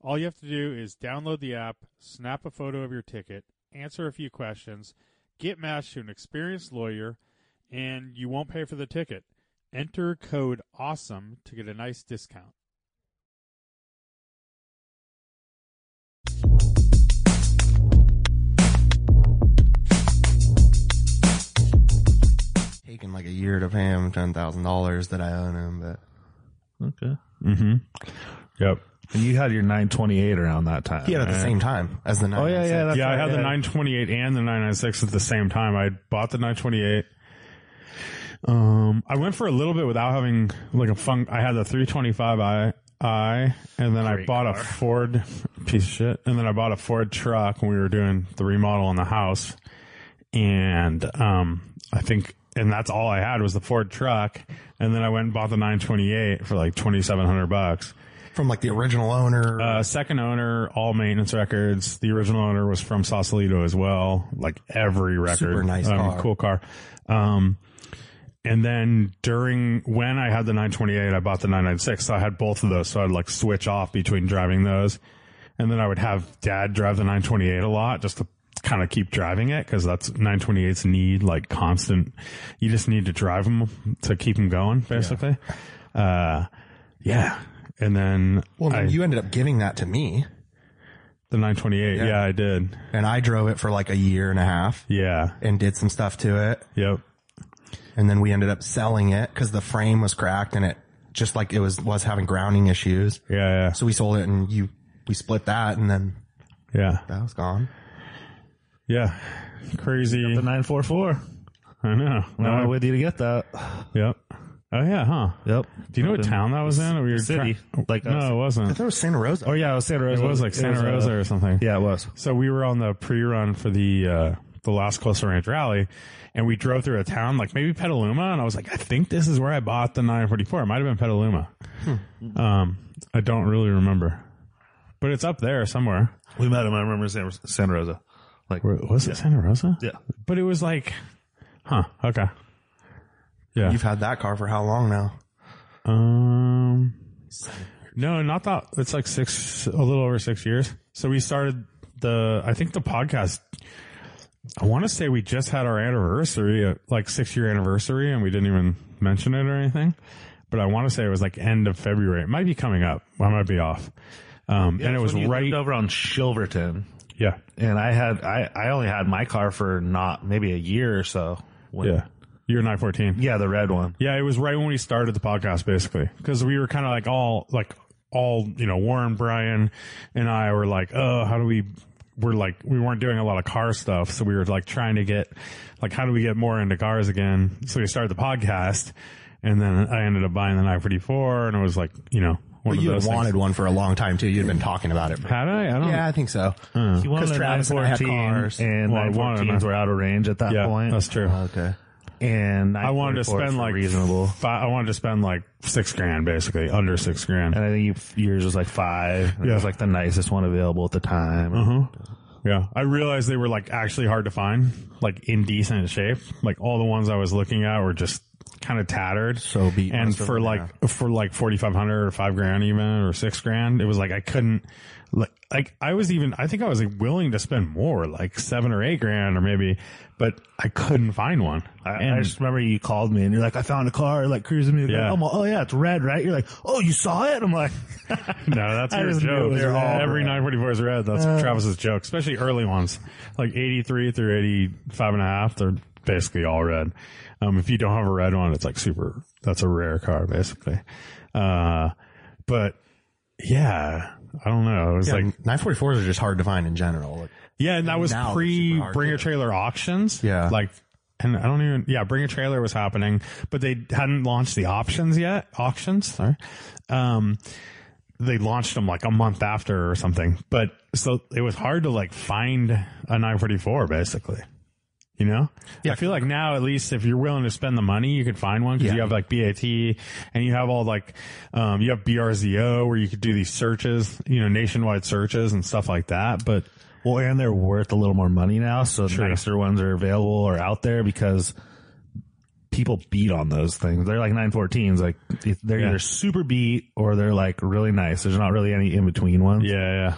E: All you have to do is download the app, snap a photo of your ticket, answer a few questions, get matched to an experienced lawyer, and you won't pay for the ticket. Enter code AWESOME to get a nice discount.
B: taken like a year to pay him ten thousand dollars that I own him, but
D: okay.
C: Mm-hmm. Yep.
D: And you had your 928 around that time.
B: he had it at the
D: right?
B: same time as the nine.
D: Oh yeah, yeah. That's
C: yeah, I
D: right,
C: had the 928 and the 996 at the same time. I bought the 928. Um, I went for a little bit without having like a fun. I had the 325i. I and then I
D: Great
C: bought a
D: car.
C: Ford piece of shit, and then I bought a Ford truck when we were doing the remodel on the house, and um, I think and that's all I had was the Ford truck, and then I went and bought the 928 for like 2,700 bucks.
B: from like the original owner.
C: Uh, second owner, all maintenance records. The original owner was from Sausalito as well. Like every record,
B: Super nice
C: um,
B: car.
C: cool car. Um, and then during when I had the 928, I bought the 996. So I had both of those. So I'd like switch off between driving those, and then I would have Dad drive the 928 a lot just to kind of keep driving it because that's 928's need like constant. You just need to drive them to keep them going, basically. Uh, yeah. And then
B: well,
C: I-
B: then you ended up giving that to me,
C: the 928. Yeah. I did.
B: and I drove it for like a year and a half
C: Yeah.
B: and did some stuff to it,
C: Yep.
B: and then we ended up selling it because the frame was cracked and it just like it was was having grounding issues.
C: Yeah. Yeah.
B: So we sold it, and you we split that, and then
C: Yeah.
B: that was gone.
C: Yeah. Crazy.
D: The 944.
C: I know.
D: No,
C: No,
D: I'm with you to get that.
C: yep. Oh yeah, huh?
D: Yep.
C: Do you know what town that was in? Or we were
D: City.
C: try-
D: Like us.
C: no, it wasn't.
B: There was Santa Rosa.
D: Oh yeah, it was Santa
C: It
D: Rosa.
C: was like Santa
D: uh,
C: Rosa or something.
D: Yeah, it was.
C: So we were on the pre-run for the uh the last Closer Ranch rally, and we drove through a town like maybe Petaluma, and I was like, I think this is where I bought the 944. It might have been Petaluma. Um, I don't really remember, but it's up there somewhere.
D: We met him. I remember Santa Santa Rosa. Like
C: Where- Was it Santa Rosa?
D: yeah,
C: But it was like, huh? Okay. Yeah.
B: You've had that car for how long now?
C: Um. No, not that. It's like six, a little over six years. So we started the. I think the podcast. I want to say we just had our anniversary, uh, like six year anniversary, and we didn't even mention it or anything. But I want to say it was like end of February. It might be coming up. I might be off. Um, and it was
D: when you
C: right.
D: lived over on Shilverton.
C: Yeah.
D: And I had I I only had my car for not maybe a year or so. When,
C: Yeah. Year 914.
D: yeah, the red one.
C: Yeah, it was right when we started the podcast, basically, because we were kind of like all like all you know, Warren, Brian, and I were like, oh, how do we? We're like we weren't doing a lot of car stuff, so we were like trying to get like how do we get more into cars again? So we started the podcast, and then I ended up buying the 954, and it was like you know one
B: But
C: of
B: you had
C: those
B: wanted
C: things.
B: one for a long time too. You'd been talking about it.
C: Had I? I don't.
B: Yeah, I think so.
D: He wanted
B: 'Cause
D: a
B: Travis and I had
D: 914,
B: cars.
D: and
C: Well, I wanted
D: 914s
C: a-
D: were out of range at that
C: Yeah,
D: point.
C: that's true.
B: Oh, Okay.
D: And
C: I wanted to
D: 944s
C: spend
D: were
C: like
D: reasonable.
C: Fi- I wanted to spend like six grand, basically under six grand.
D: And I think you, yours was like five. and
C: Yeah.
D: It was like the nicest one available at the time.
B: Mm-hmm.
C: Yeah, I realized they were like actually hard to find, like in decent shape. Like all the ones I was looking at were just kind of tattered.
B: So beat
C: and
B: most of
C: for
B: them,
C: like for like forty five hundred or five grand even or six grand, it was like I couldn't. Like, like I was even, I think I was like, willing to spend more, like seven or eight grand or maybe, but I couldn't find one.
D: I, I
C: And-
D: just remember you called me and you're like, I found a car, like cruising me.
C: Yeah.
D: I'm like, oh yeah, it's red, right? You're like, oh, you saw it? I'm like,
C: No, that's
D: I
C: your
D: just knew it
C: joke.
D: was Uh. They're all
C: Every 944 is red. That's Travis's joke, especially early ones. Like 83 through 85 and a half, they're basically all red. Um, if you don't have a red one, it's like super, that's a rare car, basically. Uh, but yeah, I don't know. It was like,
B: 944s are just hard to find in general. Like,
C: yeah, and that was
B: Now they're
C: pre
B: super hard,
C: Bring a
B: yeah.
C: Trailer auctions.
B: Yeah.
C: Like, and I don't even, yeah, Bring a Trailer was happening, but they hadn't launched the options yet. Auctions, sorry. Um, they launched them like a month after or something. But so it was hard to like find a 944 basically. You know? I feel like now at least if you're willing to spend the money, you could find one because you have like BAT and you have all like, um, you have BRZO where you could do these searches, you know, nationwide searches and stuff like that. But
D: well, and they're worth a little more money now. So nicer ones are available or out there because people beat on those things. They're like 914s. Like they're
C: Yeah.
D: either super beat or they're like really nice. There's not really any in between ones.
C: yeah, yeah.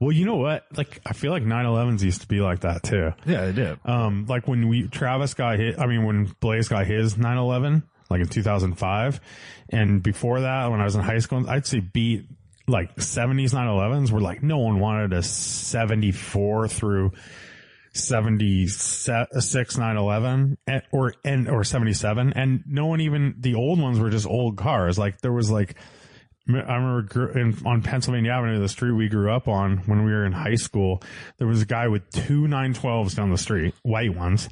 C: Well, you know what? Like I feel like 911s used to be like that too.
D: Yeah, they did.
C: um, like when we Travis got hit. I mean, when Blaze got his 911, like in 2005, and before that, when I was in high school, I'd say beat like 70s 911s were like no one wanted a 74 through 76 911 and- or and or 77, and no one even the old ones were just old cars. Like there was like I remember gr- in, on Pennsylvania Avenue, the street we grew up on when we were in high school, there was a guy with two 912s down the street, white ones,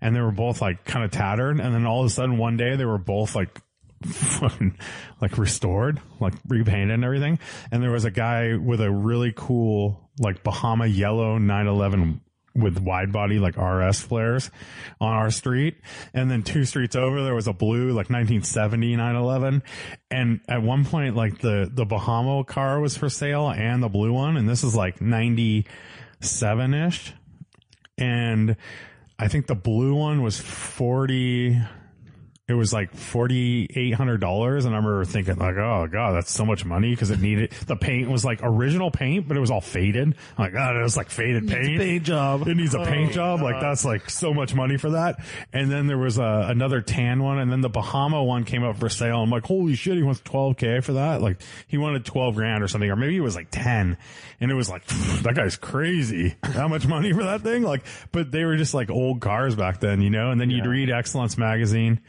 C: and they were both like kind of tattered. And then all of a sudden one day they were both like fucking like restored, like repainted and everything. And there was a guy with a really cool like Bahama yellow 911 with wide body like RS flares on our street. And then two streets over there was a blue like 1970 911. And at one point like the the Bahama car was for sale and the blue one and this is like 97 ish. And I think the blue one was 40 it was like forty eight hundred dollars, and I remember thinking like, "Oh god, that's so much money" because it needed the paint was like original paint, but it was all faded. I'm like, God, it was like faded paint. paint job. Oh, It needs a paint job. Like that's like so much money for that. And then there was uh, another tan one, and then the Bahama one came up for sale. I'm like, "Holy shit, he wants twelve k for that!" Like he wanted twelve grand or something, or maybe it was like ten, and it was like that guy's crazy. How much money for that thing? Like, but they were just like old cars back then, you know. And then you'd read Excellence magazine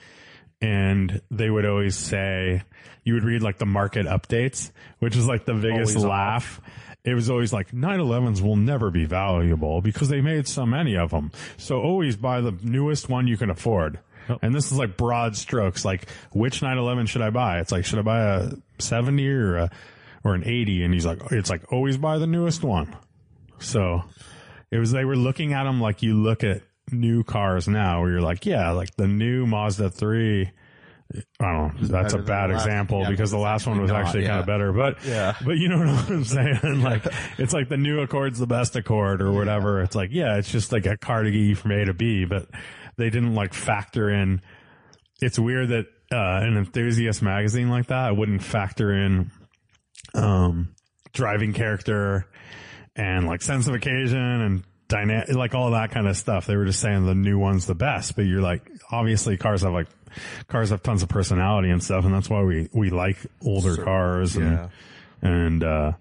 C: and they would always say you would read like the market updates, which is like the biggest laugh. It was always like 911s will never be valuable because they made so many of them. So always buy the newest one you can afford. And this is like broad strokes, like which 911 should I buy? It's like should I buy a 70 or a or an 80? And he's like it's like always buy the newest one. So it was they were looking at them like you look at new cars now, where you're like, yeah, like the new Mazda three. I don't. know. That's
A: better
C: a
A: than
C: bad
A: the last-
C: example
A: yeah,
C: because the last one was
A: not,
C: actually kind
A: yeah.
C: of better, but
A: Yeah.
C: But you know what I'm saying? Like it's like the new Accord's the best Accord or whatever. It's like yeah, it's just like a car to get you from A to B, but they didn't like factor in. It's weird that uh, an enthusiast magazine like that wouldn't factor in um, driving character and like sense of occasion and dyna- like all that kind of stuff. They were just saying the new one's the best, but you're like, obviously cars have like, cars have tons of personality and stuff. And that's why we, we like older cars and,
A: yeah.
C: and, uh,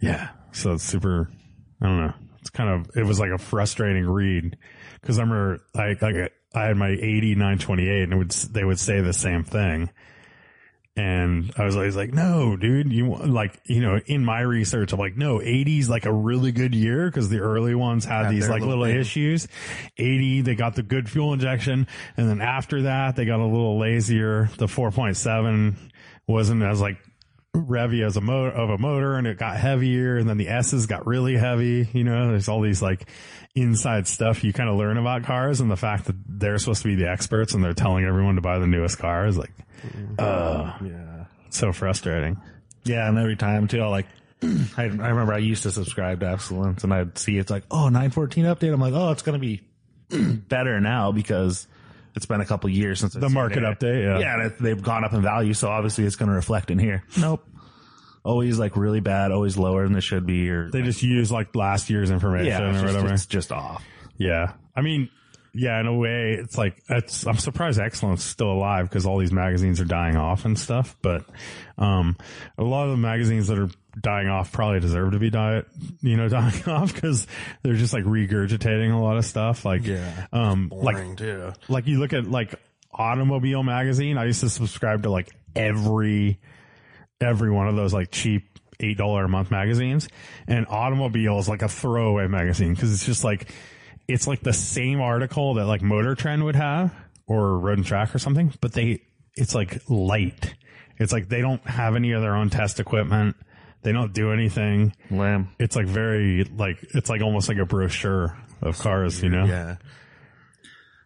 C: yeah. So it's super, I don't know. It's kind of, it was like a frustrating read because I remember I, I, I had my 8928 and it would, s- they would say the same thing. And I was always like, no, dude, you want- like, you know, in my research, I'm like, no, 80s like a really good year because the early ones had these
B: their
C: like
B: little
C: little
B: thing.
C: issues. 80, they got the good fuel injection. And then after that, they got a little lazier. The 4.7 wasn't as like revy as a motor of a motor and it got heavier. And then the S's got really heavy. You know, there's all these like inside stuff you kind of learn about cars and the fact that they're supposed to be the experts and they're telling everyone to buy the newest car is like,
D: Mm-hmm.
C: uh, so frustrating.
D: Yeah, and every time too, I like. I, I remember I used to subscribe to Excellence, and I'd see it's like, oh, 914 update. I'm like, oh, it's gonna be better now because it's been a couple years since
C: The market update, yeah.
D: yeah, and it- they've gone up in value, so obviously it's gonna reflect in here. Nope, always like really bad, always lower than it should be, or
C: They just use like last year's information
D: yeah, it's
C: or
D: just,
C: whatever.
D: it's just off.
C: yeah. I mean, yeah, in a way, it's like, it's, I'm surprised Excellence is still alive because all these magazines are dying off and stuff. But, um, a lot of the magazines that are dying off probably deserve to be diet, you know, dying off because they're just like regurgitating a lot of stuff. Like, yeah. um, like
B: Boring, too.
C: like you look at like automobile magazine i used to subscribe to like every every one of those like cheap eight dollar a month magazines and automobile is like a throwaway magazine because it's just like it's like the same article that like motor trend would have or road and track or something but they it's like light it's like they don't have any of their own test equipment they don't do anything
D: Lamb.
C: it's like very like it's like almost like a brochure of cars you know
B: Yeah.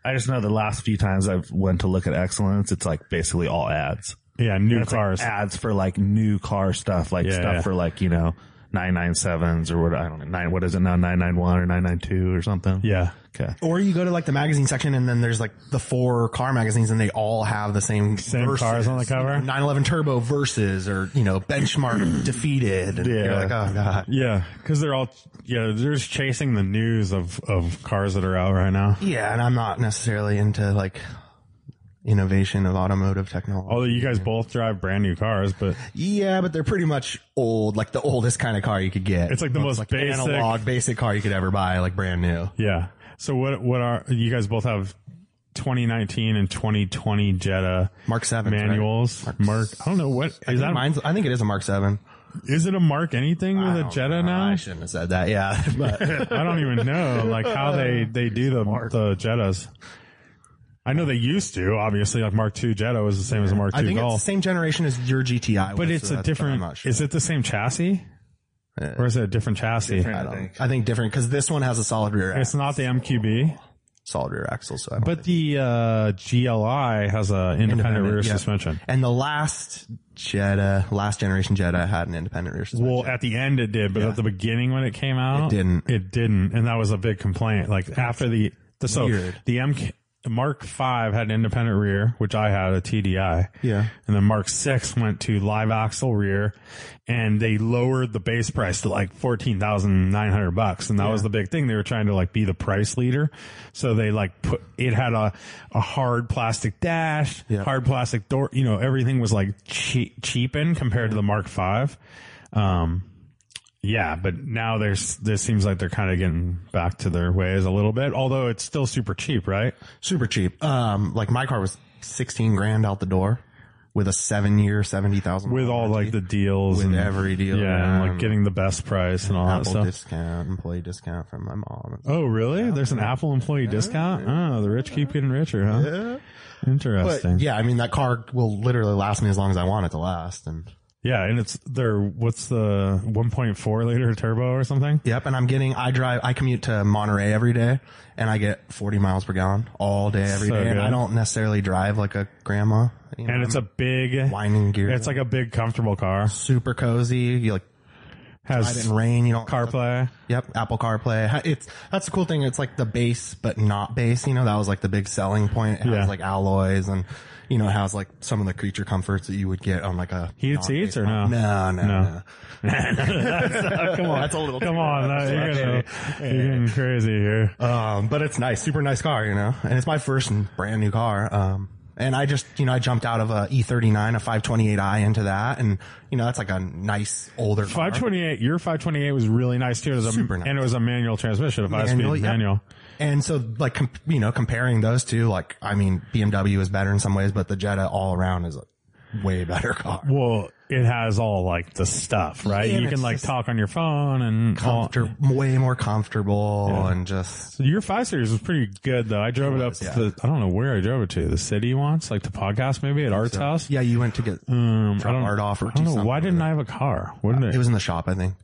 D: I just know the last few times I've went to look at Excellence, it's like basically all ads.
C: yeah new
D: It's like
C: cars
D: ads for like new car stuff, like
C: Yeah,
D: stuff
C: yeah.
D: for like you know nine nine sevens or what I don't know nine what is it now nine nine one or nine nine two or something.
C: yeah
D: Okay.
B: Or you go to like the magazine section and then there's like the four car magazines and they all have the same
C: Same
B: verses.
C: cars on the cover?
B: You know, 911 Turbo versus or you know benchmark defeated. And You're
C: Yeah.
B: like oh god.
C: Yeah, because they're all yeah, they're just chasing the news of of cars that are out right now.
B: Yeah, and I'm not necessarily into like innovation of automotive technology.
C: Although you guys both drive brand new cars, but
B: Yeah, but they're pretty much old, like the oldest kind of car you could get.
C: It's like the most
B: an
C: basic-
B: analog, basic car you could ever buy, like brand new.
C: yeah. So what what are you guys both have 2019 and 2020 Jetta
B: Mark Seven
C: manuals? Mark, I don't know what is that.
B: Mine's, I think it is a Mark Seven.
C: Is it a Mark anything
B: I
C: with a
B: don't
C: Jetta
B: know.
C: now?
B: I shouldn't have said that. Yeah, but
C: I don't even know like how they they do the the Jettas. I know they used to, obviously, like Mark II Jetta was the same as a Mark
B: I
C: II
B: think it's
C: Golf.
B: the same generation as your GTI,
C: but
B: was,
C: it's a
B: so that's- I'm
C: different,
B: not sure.
C: is it the same chassis?
B: Yeah.
C: Or is it a different chassis?
B: I don't. I think different because this one has a solid rear
C: It's
B: axle,
C: not the MQB,
B: solid rear axle. So, I don't
C: but
B: think-
C: the uh, GLI has a independent, rear
B: yeah.
C: suspension.
B: and the last Jetta, last generation Jetta had an independent rear suspension.
C: Well, at the end it did, but
B: Yeah.
C: at the beginning when it came out,
B: It didn't.
C: It didn't, and that was a big complaint. Like after the, the so
B: Weird.
C: the MK, Mark Five had an independent rear, which I had a TDI.
B: Yeah.
C: and then Mark Six went to live axle rear, and they lowered the base price to like fourteen thousand nine hundred bucks, and that was the big thing. They were trying to like be the price leader, so they like put it had a a hard plastic dash,
B: Yeah.
C: hard plastic door. You know, everything was like cheap, cheapened compared to the Mark Five. Um, yeah, but now there's this seems like they're kind of getting back to their ways a little bit, although it's still super cheap, right?
B: super cheap. Um, like my car was sixteen grand out the door with a seven year, seventy thousand
C: With all like the deals
B: With
C: and
B: every deal,
C: yeah, and
B: man.
D: um,
C: like getting the best price and all that
B: Apple
C: stuff.
B: discount, employee discount from my mom.
C: oh, really? There's an Apple employee discount. Oh, the rich keep getting richer, huh?
B: But
C: Interesting.
B: yeah, I mean that car will literally last me as long as I want it to last, and
C: yeah, and it's their what's the 1.4 liter turbo or something?
B: Yep, and I'm getting. I drive. I commute to Monterey every day, and I get 40 miles per gallon all day every
C: So
B: day. And
C: good.
B: I don't necessarily drive like a grandma. you know,
C: And it's a
B: I'm
C: big,
B: winding gear.
C: it's like a big comfortable car.
B: super cozy. You like drive it
C: Has
B: in rain. You don't
C: CarPlay.
B: Yep, Apple CarPlay. Ha- It's that's the cool thing. It's like the base, but not base. You know, that was like the big selling point. It has
C: Yeah.
B: like alloys and. You know, it has like some of the creature comforts that you would get on like a
C: Heated seats or no?
B: non-base model. No,
C: No.
B: no, no.
C: come on,
B: That's a little
C: Come
B: too
C: on, uh,
B: much.
C: that- you're, gonna- you're getting crazy here.
B: Um, but it's nice, super nice car, you know, and it's my first and brand new car. Um, and I just, you know, I jumped out of a E39, a 528i into that. And, you know, that's like a nice older car.
C: 528, your 528 was really nice too. It was a,
B: Super nice.
C: And it was a manual transmission, a five
B: Manual,
C: speed
B: yep.
C: manual.
B: And so like, com- you know, comparing those two, like, I mean, BMW is better in some ways, but the Jetta all around is a way better car.
C: Well, it has all like the stuff, right?
B: Yeah,
C: you
B: it's
C: can like
B: just
C: talk on your phone and all-
B: Comfortable, way more comfortable and just,
C: Your five series was pretty good though. I drove it,
B: was,
C: up
B: yeah.
C: to, I don't know where I drove it to, the city once, like the podcast maybe at Art's house.
B: yeah, you went to get,
C: Um, I
B: Drop
C: don't,
B: Art off or
C: I don't
B: do
C: know. Why
B: something.
C: didn't I have a car? Wouldn't it?
B: it was in the shop, I think,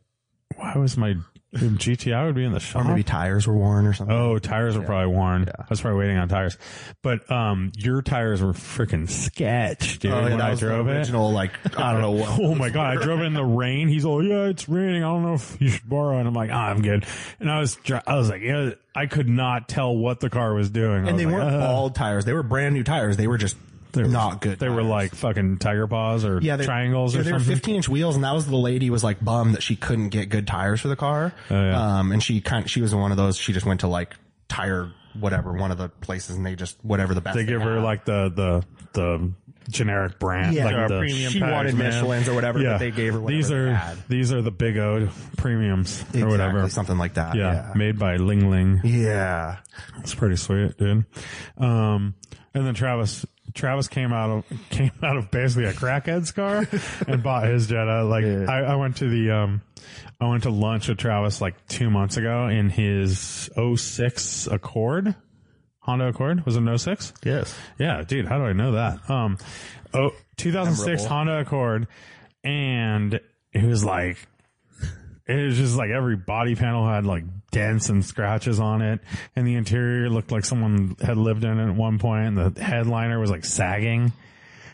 C: why was my GTI would be in the shop?
B: or maybe tires were worn or something.
C: Oh, tires were probably worn. I was probably waiting on tires. But um your tires were freaking sketch, dude.
B: Oh, yeah,
C: when
B: that
C: Oh, I
B: was the
C: drove it.
B: original, like, I don't know what.
C: Oh my god! I drove it in the rain. He's all, "Yeah, it's raining. I don't know if you should borrow." And I'm like, "Ah, "I'm good." And I was, dri- I was like, "Yeah." I could not tell what the car was doing. I
B: And
C: was
B: they
C: like,
B: weren't
C: "Uh."
B: bald tires. They were brand new tires. They were just
C: They were-
B: not good.
C: They were
B: tires.
C: like fucking tiger paws or
B: they-
C: triangles
B: yeah,
C: or
B: they
C: something.
B: were 15 inch wheels, and that was the lady was like bummed that she couldn't get good tires for the car.
C: Oh, yeah.
B: Um, and she kind she was one of those. She just went to like tire whatever one of the places, and they just whatever the best.
C: they give her
B: had.
C: like the the the generic brand.
B: Yeah.
C: like
B: Uh,
C: the
D: premium
B: she
D: tires,
B: wanted
D: man.
B: Michelin's or whatever, but they gave her whatever
C: these
B: they
C: are
B: had.
C: these are the big O premiums or
B: Exactly,
C: whatever.
B: something like that.
C: yeah,
B: Yeah.
C: made by Ling Ling.
B: Yeah.
C: It's pretty sweet, dude. Um, and then Travis, Travis came out of came out of basically a crackhead's car and bought his Jetta. Like I, I went to the um, I went to lunch with Travis like two months ago in his 06 Accord, Honda Accord was it an 06?
D: Yes.
C: Yeah, dude, how do I know that? Um, oh, 2006 Honda Accord, and it was like, it was just like every body panel had like dents and scratches on it, and the interior looked like someone had lived in it at one point, and the headliner was like sagging.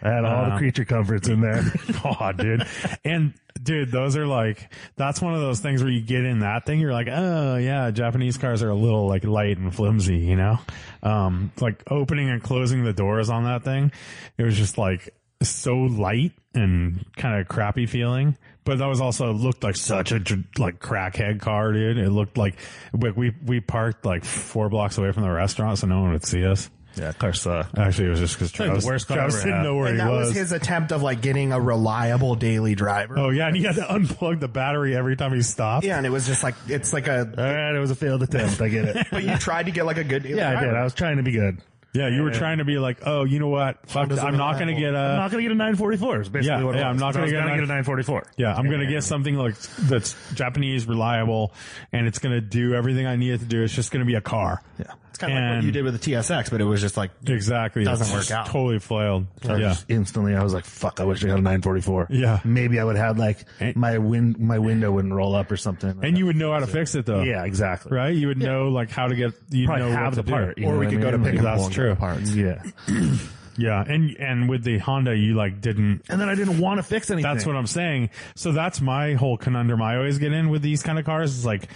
D: I had all the
C: Um,
D: creature comforts in there.
C: oh, dude. And dude, those are like, that's one of those things where you get in that thing. You're like, oh yeah, Japanese cars are a little like light and flimsy, you know? Um, like opening and closing the doors on that thing. It was just like so light and kind of crappy feeling. But that was also looked like such a dr- like crackhead car, dude. It looked like we we- we parked like four blocks away from the restaurant, so no one would see us.
D: yeah, car sucked.
C: Actually, it was just because Travis,
D: worst car I
C: Travis
D: ever
C: didn't
D: had.
C: know where
B: And
C: he
B: that was his attempt of like getting a reliable daily driver.
C: Oh yeah, and he had to unplug the battery every time he stopped.
B: Yeah, and it was just like it's like a.
C: Uh.
D: All right, it was a failed attempt. I get it.
B: But you tried to get like a good daily
D: yeah, I
B: driver.
D: did. I was trying to be good.
C: Yeah, you were trying to be like, oh, you know what? Fuck,
B: Honda's
C: I'm
B: on
C: not
B: that
C: going to
B: one.
C: get
D: I'm
C: a.
D: not gonna get a 944. Is basically
C: Uh, Yeah,
D: what it
C: yeah,
D: was.
C: I'm not
D: So I was
C: gonna get a
D: gonna get a 944.
C: Yeah, I'm going to get something like that's Japanese, reliable, and it's going to do everything I need it to do. It's just going to be a car.
B: Yeah. It's kind of like
C: And-
B: what you did with the TSX, but it was just like
C: Exactly.
B: Doesn't
C: It's
B: work
C: just
B: out.
C: Totally flailed. Yeah.
D: Just instantly, I was like, "Fuck! I wish I had a 944."
C: Yeah.
D: maybe I would have like
C: And-
D: my wind, my window wouldn't roll up or something. Uh,
C: And you would know how to fix it though.
D: yeah, exactly.
C: Right? You would know like how to get, you
D: Probably
C: know
D: have
C: what to
D: the
C: do.
D: part, you know
B: or we
D: what I
B: could go to
D: mean?
B: pick 'em
C: That's
B: up and get
C: true.
B: the parts.
D: Yeah,
C: Yeah. And, and with the Honda, you like didn't,
D: and then I didn't want to fix anything.
C: That's what I'm saying. So that's my whole conundrum I always get in with these kind of cars is like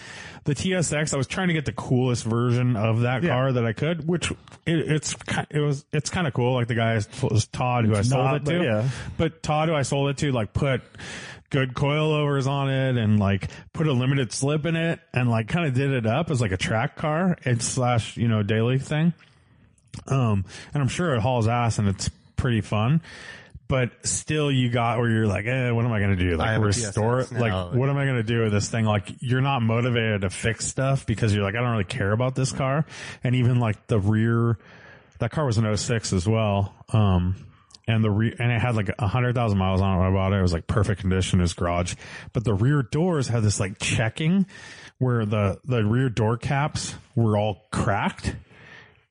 C: the TSX. I was trying to get the coolest version of that
D: Yeah.
C: car that I could, which it, it's ki- it was it's kind of cool. Like the guy is- was Todd who I sold
D: not,
C: it
D: but
C: to,
D: yeah.
C: but Todd who I sold it to like put good coilovers on it and like put a limited slip in it and like kind of did it up as like a track car and slash you know daily thing. Um, and I'm sure it hauls ass and it's pretty fun, but still you got where you're like, eh, what am I going to do?
B: I
C: Like
B: have a
C: restore it?
B: TSX
C: Like
B: now.
C: what am I going to do with this thing? Like you're not motivated to fix stuff because you're like, I don't really care about this car. And even like the rear, that car was an 06 as well. Um, and the re- and it had like a hundred thousand miles on it when I bought it. It was like perfect condition in his garage, but the rear doors had this like checking where the, the rear door caps were all cracked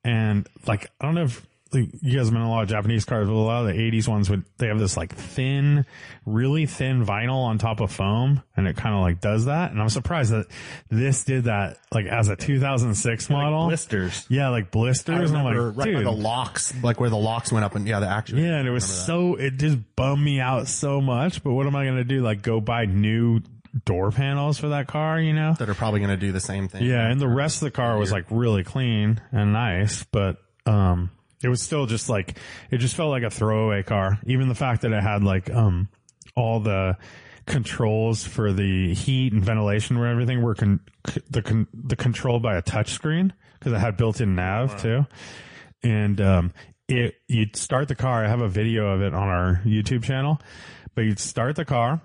C: and like I don't know if like, you guys have been in a lot of Japanese cars, but a lot of the '80s ones would they have this like thin, really thin vinyl on top of foam, and it kind of like does that. And I'm surprised that this did that like as a 2006 model
D: blisters.
C: Yeah, like blisters.
B: I
C: and I'm
B: remember
C: like,
B: right by
C: dude.
B: the locks, like where the locks went up and yeah, the action.
C: Yeah, and it was so it just bummed me out so much. But what am I gonna do? Like go buy new door panels for that car? You know?
B: that are probably going to do the same thing.
C: Yeah, and the rest of the car was like really clean and nice, but um it was still just like it just felt like a throwaway car. Even the fact that it had like um all the controls for the heat and ventilation where everything were con- c- the con- the control by a touch screen because it had built-in nav too. And um it you'd start the car, I have a video of it on our YouTube channel, but you'd start the car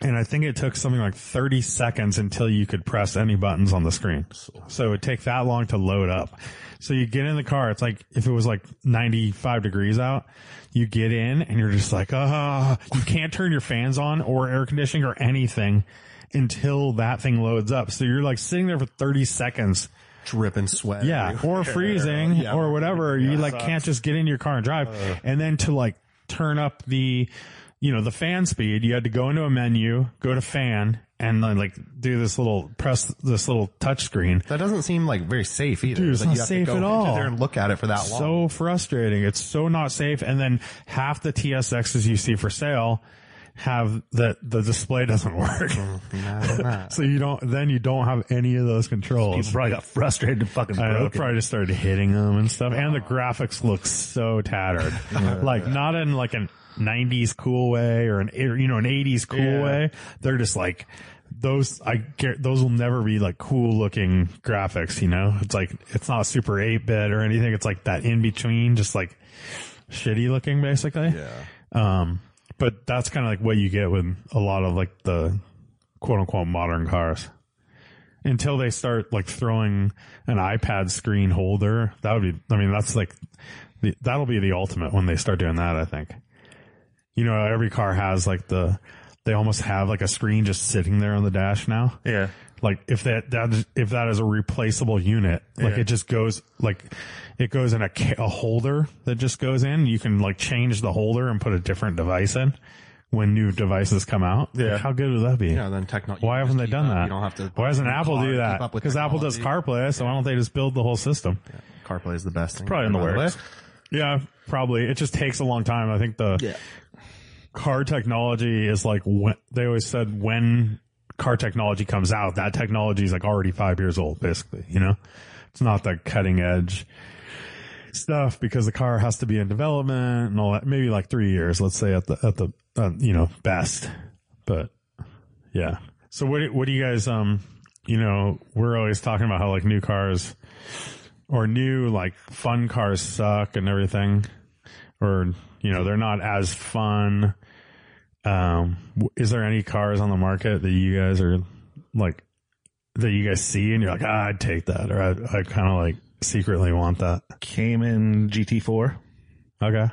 C: and I think it took something like 30 seconds until you could press any buttons on the screen. So it would take that long to load up. So you get in the car. It's like, if it was like 95 degrees out, you get in and you're just like, ah, you can't turn your fans on or air conditioning or anything until that thing loads up. So you're like sitting there for 30 seconds
B: dripping sweat.
C: yeah,
B: everywhere.
C: or freezing
B: Yeah.
C: or whatever. you like can't just get in your car and drive. and then to like turn up the, you know, the fan speed, you had to go into a menu, go to fan, and then like do this little press this little touch screen.
B: That doesn't seem like very safe either.
C: Dude, it's
B: Like,
C: not
B: you have to
C: safe
B: go
C: at all.
B: There and look at it for that long.
C: So frustrating. It's so not safe. And then half the TSXs you see for sale have that the display doesn't work. so you don't then you don't have any of those controls.
D: People probably got frustrated and fucking
C: I know,
D: broke it.
C: probably just started hitting them and stuff. And the graphics look so tattered, like not in like an '90s cool way or an or, you know an '80s cool way. They're just like those. I get those will never be like cool looking graphics. You know, it's like it's not super eight bit or anything. It's like that in between, just like shitty looking basically. Yeah. Um, but that's kind of like what you get with a lot of like the quote unquote modern cars until they start like throwing an iPad screen holder. That would be, I mean, that's like, the, that'll be the ultimate when they start doing that, I think. You know, every car has like the, they almost have like a screen just sitting there on the dash now.
D: Yeah.
C: Like if that, that, is- if that is a replaceable unit, like
D: Yeah.
C: it just goes, like it goes in a, ca- a holder that just goes in. You can like change the holder and put a different device in when new devices come out.
D: Yeah.
C: Like, how good would that be?
B: you know, then techno-
C: Why
B: you
C: haven't
B: just
C: they
B: keep
C: done
B: up.
C: that?
B: You don't have to.
C: Why doesn't Apple
B: car-
C: do
B: keep
C: that?
B: up with
C: Because Apple does
B: technology.
C: CarPlay, so why don't they just build the whole system?
B: CarPlay is the best thing.
D: probably in the
B: By
D: works.
B: way,
C: Yeah, probably. It just takes a long time. I think the car technology is like when, they always said when car technology comes out, that technology is like already five years old, basically. You know, it's not the cutting edge stuff because the car has to be in development and all that. Maybe like three years, let's say at the at the uh, you know best. But yeah. So what do- what do you guys um you know we're always talking about how like new cars or new like fun cars suck and everything or you know they're not as fun um w- is there any cars on the market that you guys are like that you guys see and you're like ah, i'd take that or i, I kind of like secretly want that.
D: Cayman GT4
C: Okay.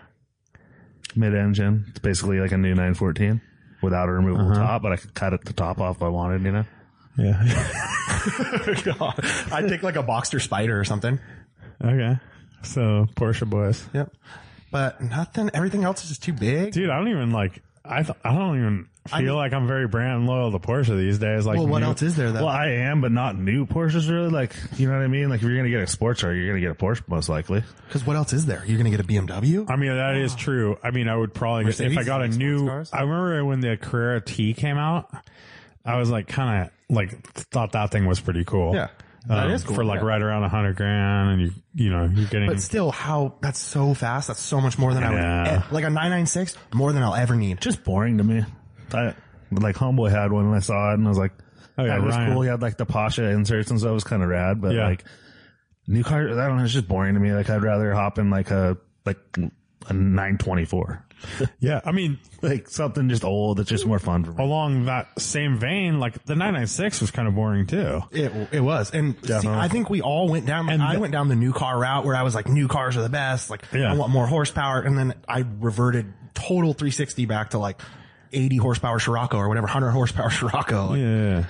D: mid-engine. It's basically like a new 914 without a removable top, but I could cut it the top off if I wanted. You know,
C: Yeah.
B: I'd take like a Boxster Spider or something.
C: okay. So Porsche boys.
B: Yep. But nothing. Everything else is just too big.
C: Dude, I don't even like. I th- I don't even feel
B: mean-
C: like I'm very brand loyal to Porsche these days. Like,
B: well, what
C: new-
B: else is there though?
D: Well, I am, but not new Porsches really. Like, you know what I mean? Like, if you're gonna get a sports car, you're gonna get a Porsche most likely.
B: Because what else is there? You're gonna get a BMW.
C: I mean, that is true. I mean, I would probably just, if I
B: Mercedes
C: got a
B: makes
C: new.
B: sports cars.
C: I remember when the Carrera T came out, I was like, kind of like thought that thing was pretty cool.
B: Yeah.
C: that
B: That
C: is
B: is cool,
C: for like
B: yeah.
C: right around a hundred grand, and you you know you're getting
B: But still, how that's so fast. That's so much more than I would.
C: Yeah.
B: eh, Like a 996, more than I'll ever need.
D: Just boring to me. I, like Homeboy had one and I saw it and I was like,
C: Oh,
D: oh,
C: yeah,
D: yeah, that was
C: Ryan.
D: cool. He had like the Pasha inserts and stuff. It was kind of rad, but
C: Yeah.
D: like new car, I don't know. It's just boring to me. Like I'd rather hop in like a, like a 924,
C: yeah. I mean,
D: like something just old that's just more fun for me.
C: along that same vein, like the 996 was kind of boring too.
B: It it was, and see, I think we all went down.
C: And
B: I
C: the-
B: went down the new car route where I was like, new cars are the best. Like
C: Yeah.
B: I want more horsepower, and then I reverted total 360 back to like 80 horsepower Scirocco or whatever, 100 horsepower Scirocco. Like,
C: Yeah.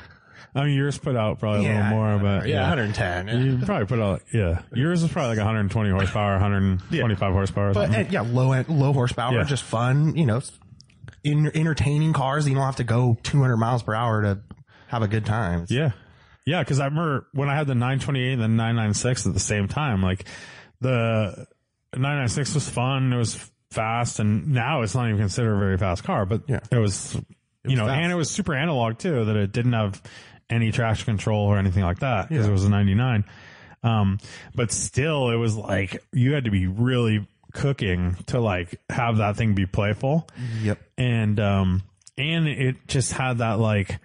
C: I mean, yours put out probably a
B: Yeah,
C: little more, but
B: yeah, 110. yeah.
C: You probably put out, yeah. Yours is probably like 120 horsepower, 125 horsepower. Or
B: But
C: something.
B: eh, yeah, low en- low horsepower,
C: Yeah.
B: just fun. You know, in, entertaining cars. You don't have to go 200 miles per hour to have a good time. It's-
C: Yeah. Yeah. Cause I remember when I had the 928 and the 996 at the same time, like the 996 was fun. It was fast. And now it's not even considered a very fast car, but
B: Yeah.
C: it was, you know,
B: fast.
C: and it was super analog too, that it didn't have any traction control or anything like that. Cause it was a 99. Um, but still it was like you had to be really cooking to like have that thing be playful
B: Yep.
C: and um and it just had that like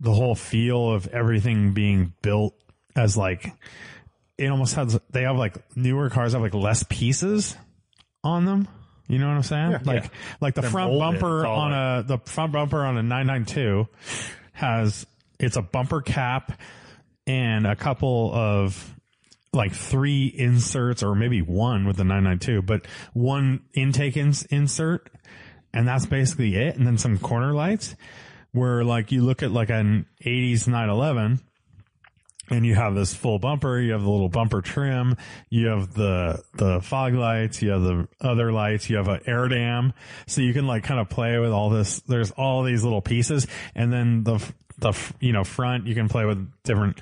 C: the whole feel of everything being built as like it almost has they have like newer cars have like less pieces on them you know what i'm saying like like the front
D: molded,
C: bumper
D: it's all
C: on a the front bumper on a 992 has it's a bumper cap and a couple of like three inserts or maybe one with the 992 but one intake ins- insert and that's basically it and then some corner lights where like you look at like an 80s 911 and you have this full bumper you have the little bumper trim you have the the fog lights you have the other lights you have an air dam so you can like kind of play with all this there's all these little pieces and then the f- the f- you know front you can play with different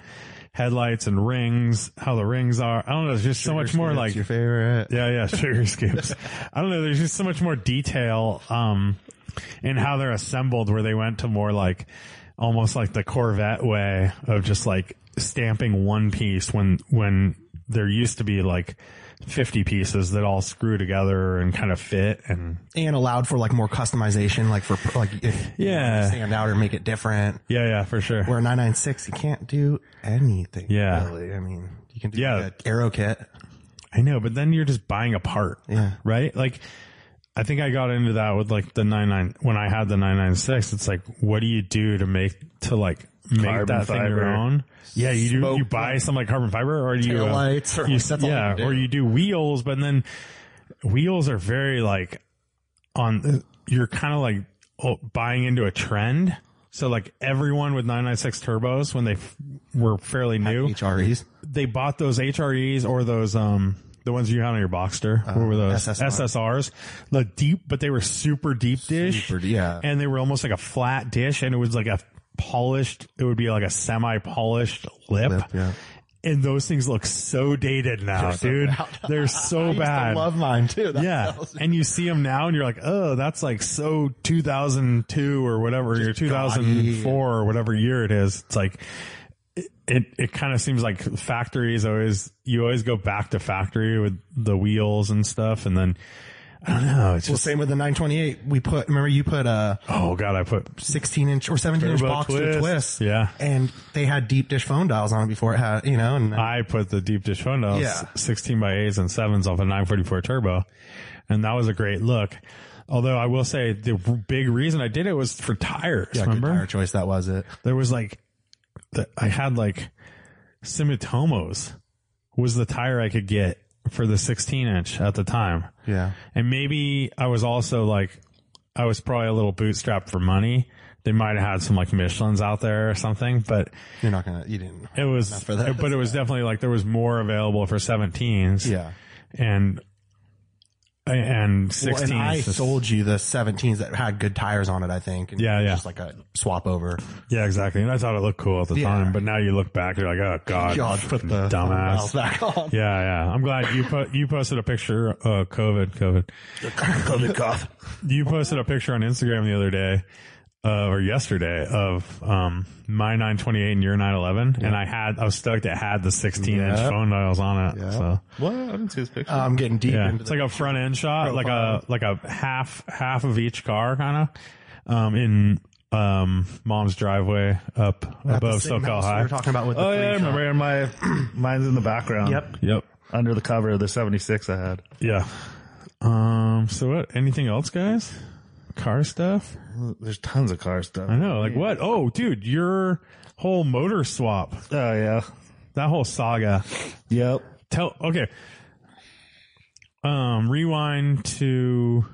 C: headlights and rings how the rings are i don't know there's just so much more like
B: Your favorite.
C: yeah, yeah, sugar scoops. I don't know. There's just so much more detail um, in how they're assembled, where they went to more like almost like the Corvette way of just like stamping one piece when when there used to be like 50 pieces that all screw together and kind of fit and
B: and allowed for like more customization, like for like if you
C: Yeah.
B: wanna stand out or make it different.
C: yeah yeah for sure
B: Where a 996, you can't do anything.
C: Yeah.
B: really. I mean, you can do
C: Yeah.
B: yeah. arrow kit.
C: I know, but then you're just buying a part.
B: Yeah.
C: Right? Like, I think I got into that with like the 99, when I had the 996, it's like, what do you do to make, to like, make
D: Carbon
C: that thing your
D: fiber.
C: own? Yeah, you do,
B: Smoke.
C: you buy some like carbon fiber or you, uh,
B: Taillights or-
C: you-
B: that's all
C: yeah,
B: you do.
C: or you do wheels, but then wheels are very like on, you're kind of like oh, buying into a trend. So like everyone with 996 turbos when they f- were fairly new,
B: HREs.
C: they bought those HREs or those um the ones you had on your Boxster.
B: Uh,
C: what were those
B: SSR.
C: SSRs? The deep, but they were super deep dish.
B: Super, yeah.
C: and they were almost like a flat dish, and it was like a polished. It would be like a semi-polished lip.
B: yeah.
C: And those things look so dated now, dude. They're so bad.
B: love mine too. That
C: yeah,
B: was-
C: and you see them now, and you're like, oh, that's like so 2002 or whatever, or 2004 or whatever year it is. It's like it it kind of seems like factories always you always go back to factory with the wheels and stuff, and then I don't know. It's
B: Well,
C: just
B: same with the 928. We put, remember you put a
C: oh god, I put
B: 16 inch or 17 inch
C: Turbo
B: box to
C: twist.
B: a twist.
C: Yeah.
B: And they had deep dish phone dials on it before it had, you know, and
C: I put the deep dish phone dials,
B: Yeah.
C: 16 by 8s and 7s off a 944 turbo. And that was a great look. Although I will say the big reason I did it was for tires.
B: yeah, good
C: remember?
B: tire choice. That was it.
C: there was like the, I had like Sumitomo's was the tire I could get for the 16 inch at the time.
B: Yeah.
C: And maybe I was also like, I was probably a little bootstrapped for money. They might have had some like Michelin's out there or something, but
B: You're not gonna. You didn't.
C: it was,
B: Not for that.
C: but it was definitely like there was more available for 17s
B: Yeah.
C: and, and 16s.
B: Well, and I
C: is-
B: sold you the 17s that had good tires on it. I think. And
C: Yeah, yeah.
B: Just like a swap over.
C: Yeah, exactly. And I thought it looked cool at the
B: Yeah.
C: time, but now you look back, you're like, oh god,
B: put the
C: dumbass.
B: miles back on.
C: Yeah, yeah. I'm glad you put you posted a picture. Uh, COVID, COVID.
D: COVID cough.
C: You posted a picture on Instagram the other day, uh, or yesterday, of um my 928 and your 911, and I had I was stoked it had the 16 inch
A: Yeah.
C: phone dials on it. So
D: What? I didn't see this picture.
B: I'm getting deep
C: yeah,
B: into
C: it's
B: the-
C: like a front end shot, like a like a half half of each car, kind of, um in um mom's driveway up
B: at the
C: above
B: same
C: SoCal
B: house
C: High.
B: We were talking about with the
D: oh
B: three
D: yeah, I
B: shot.
D: remember. And my mine's in the background.
B: Yep.
C: Yep.
D: Under the cover of the 76 I had.
C: Yeah. Um. So what? Anything else, guys? Car stuff?
D: There's tons of car stuff.
C: I know. Like what? Oh, dude, your whole motor swap,
D: Oh yeah.
C: that whole saga.
D: Yep.
C: Tell. Okay. Um. Rewind to.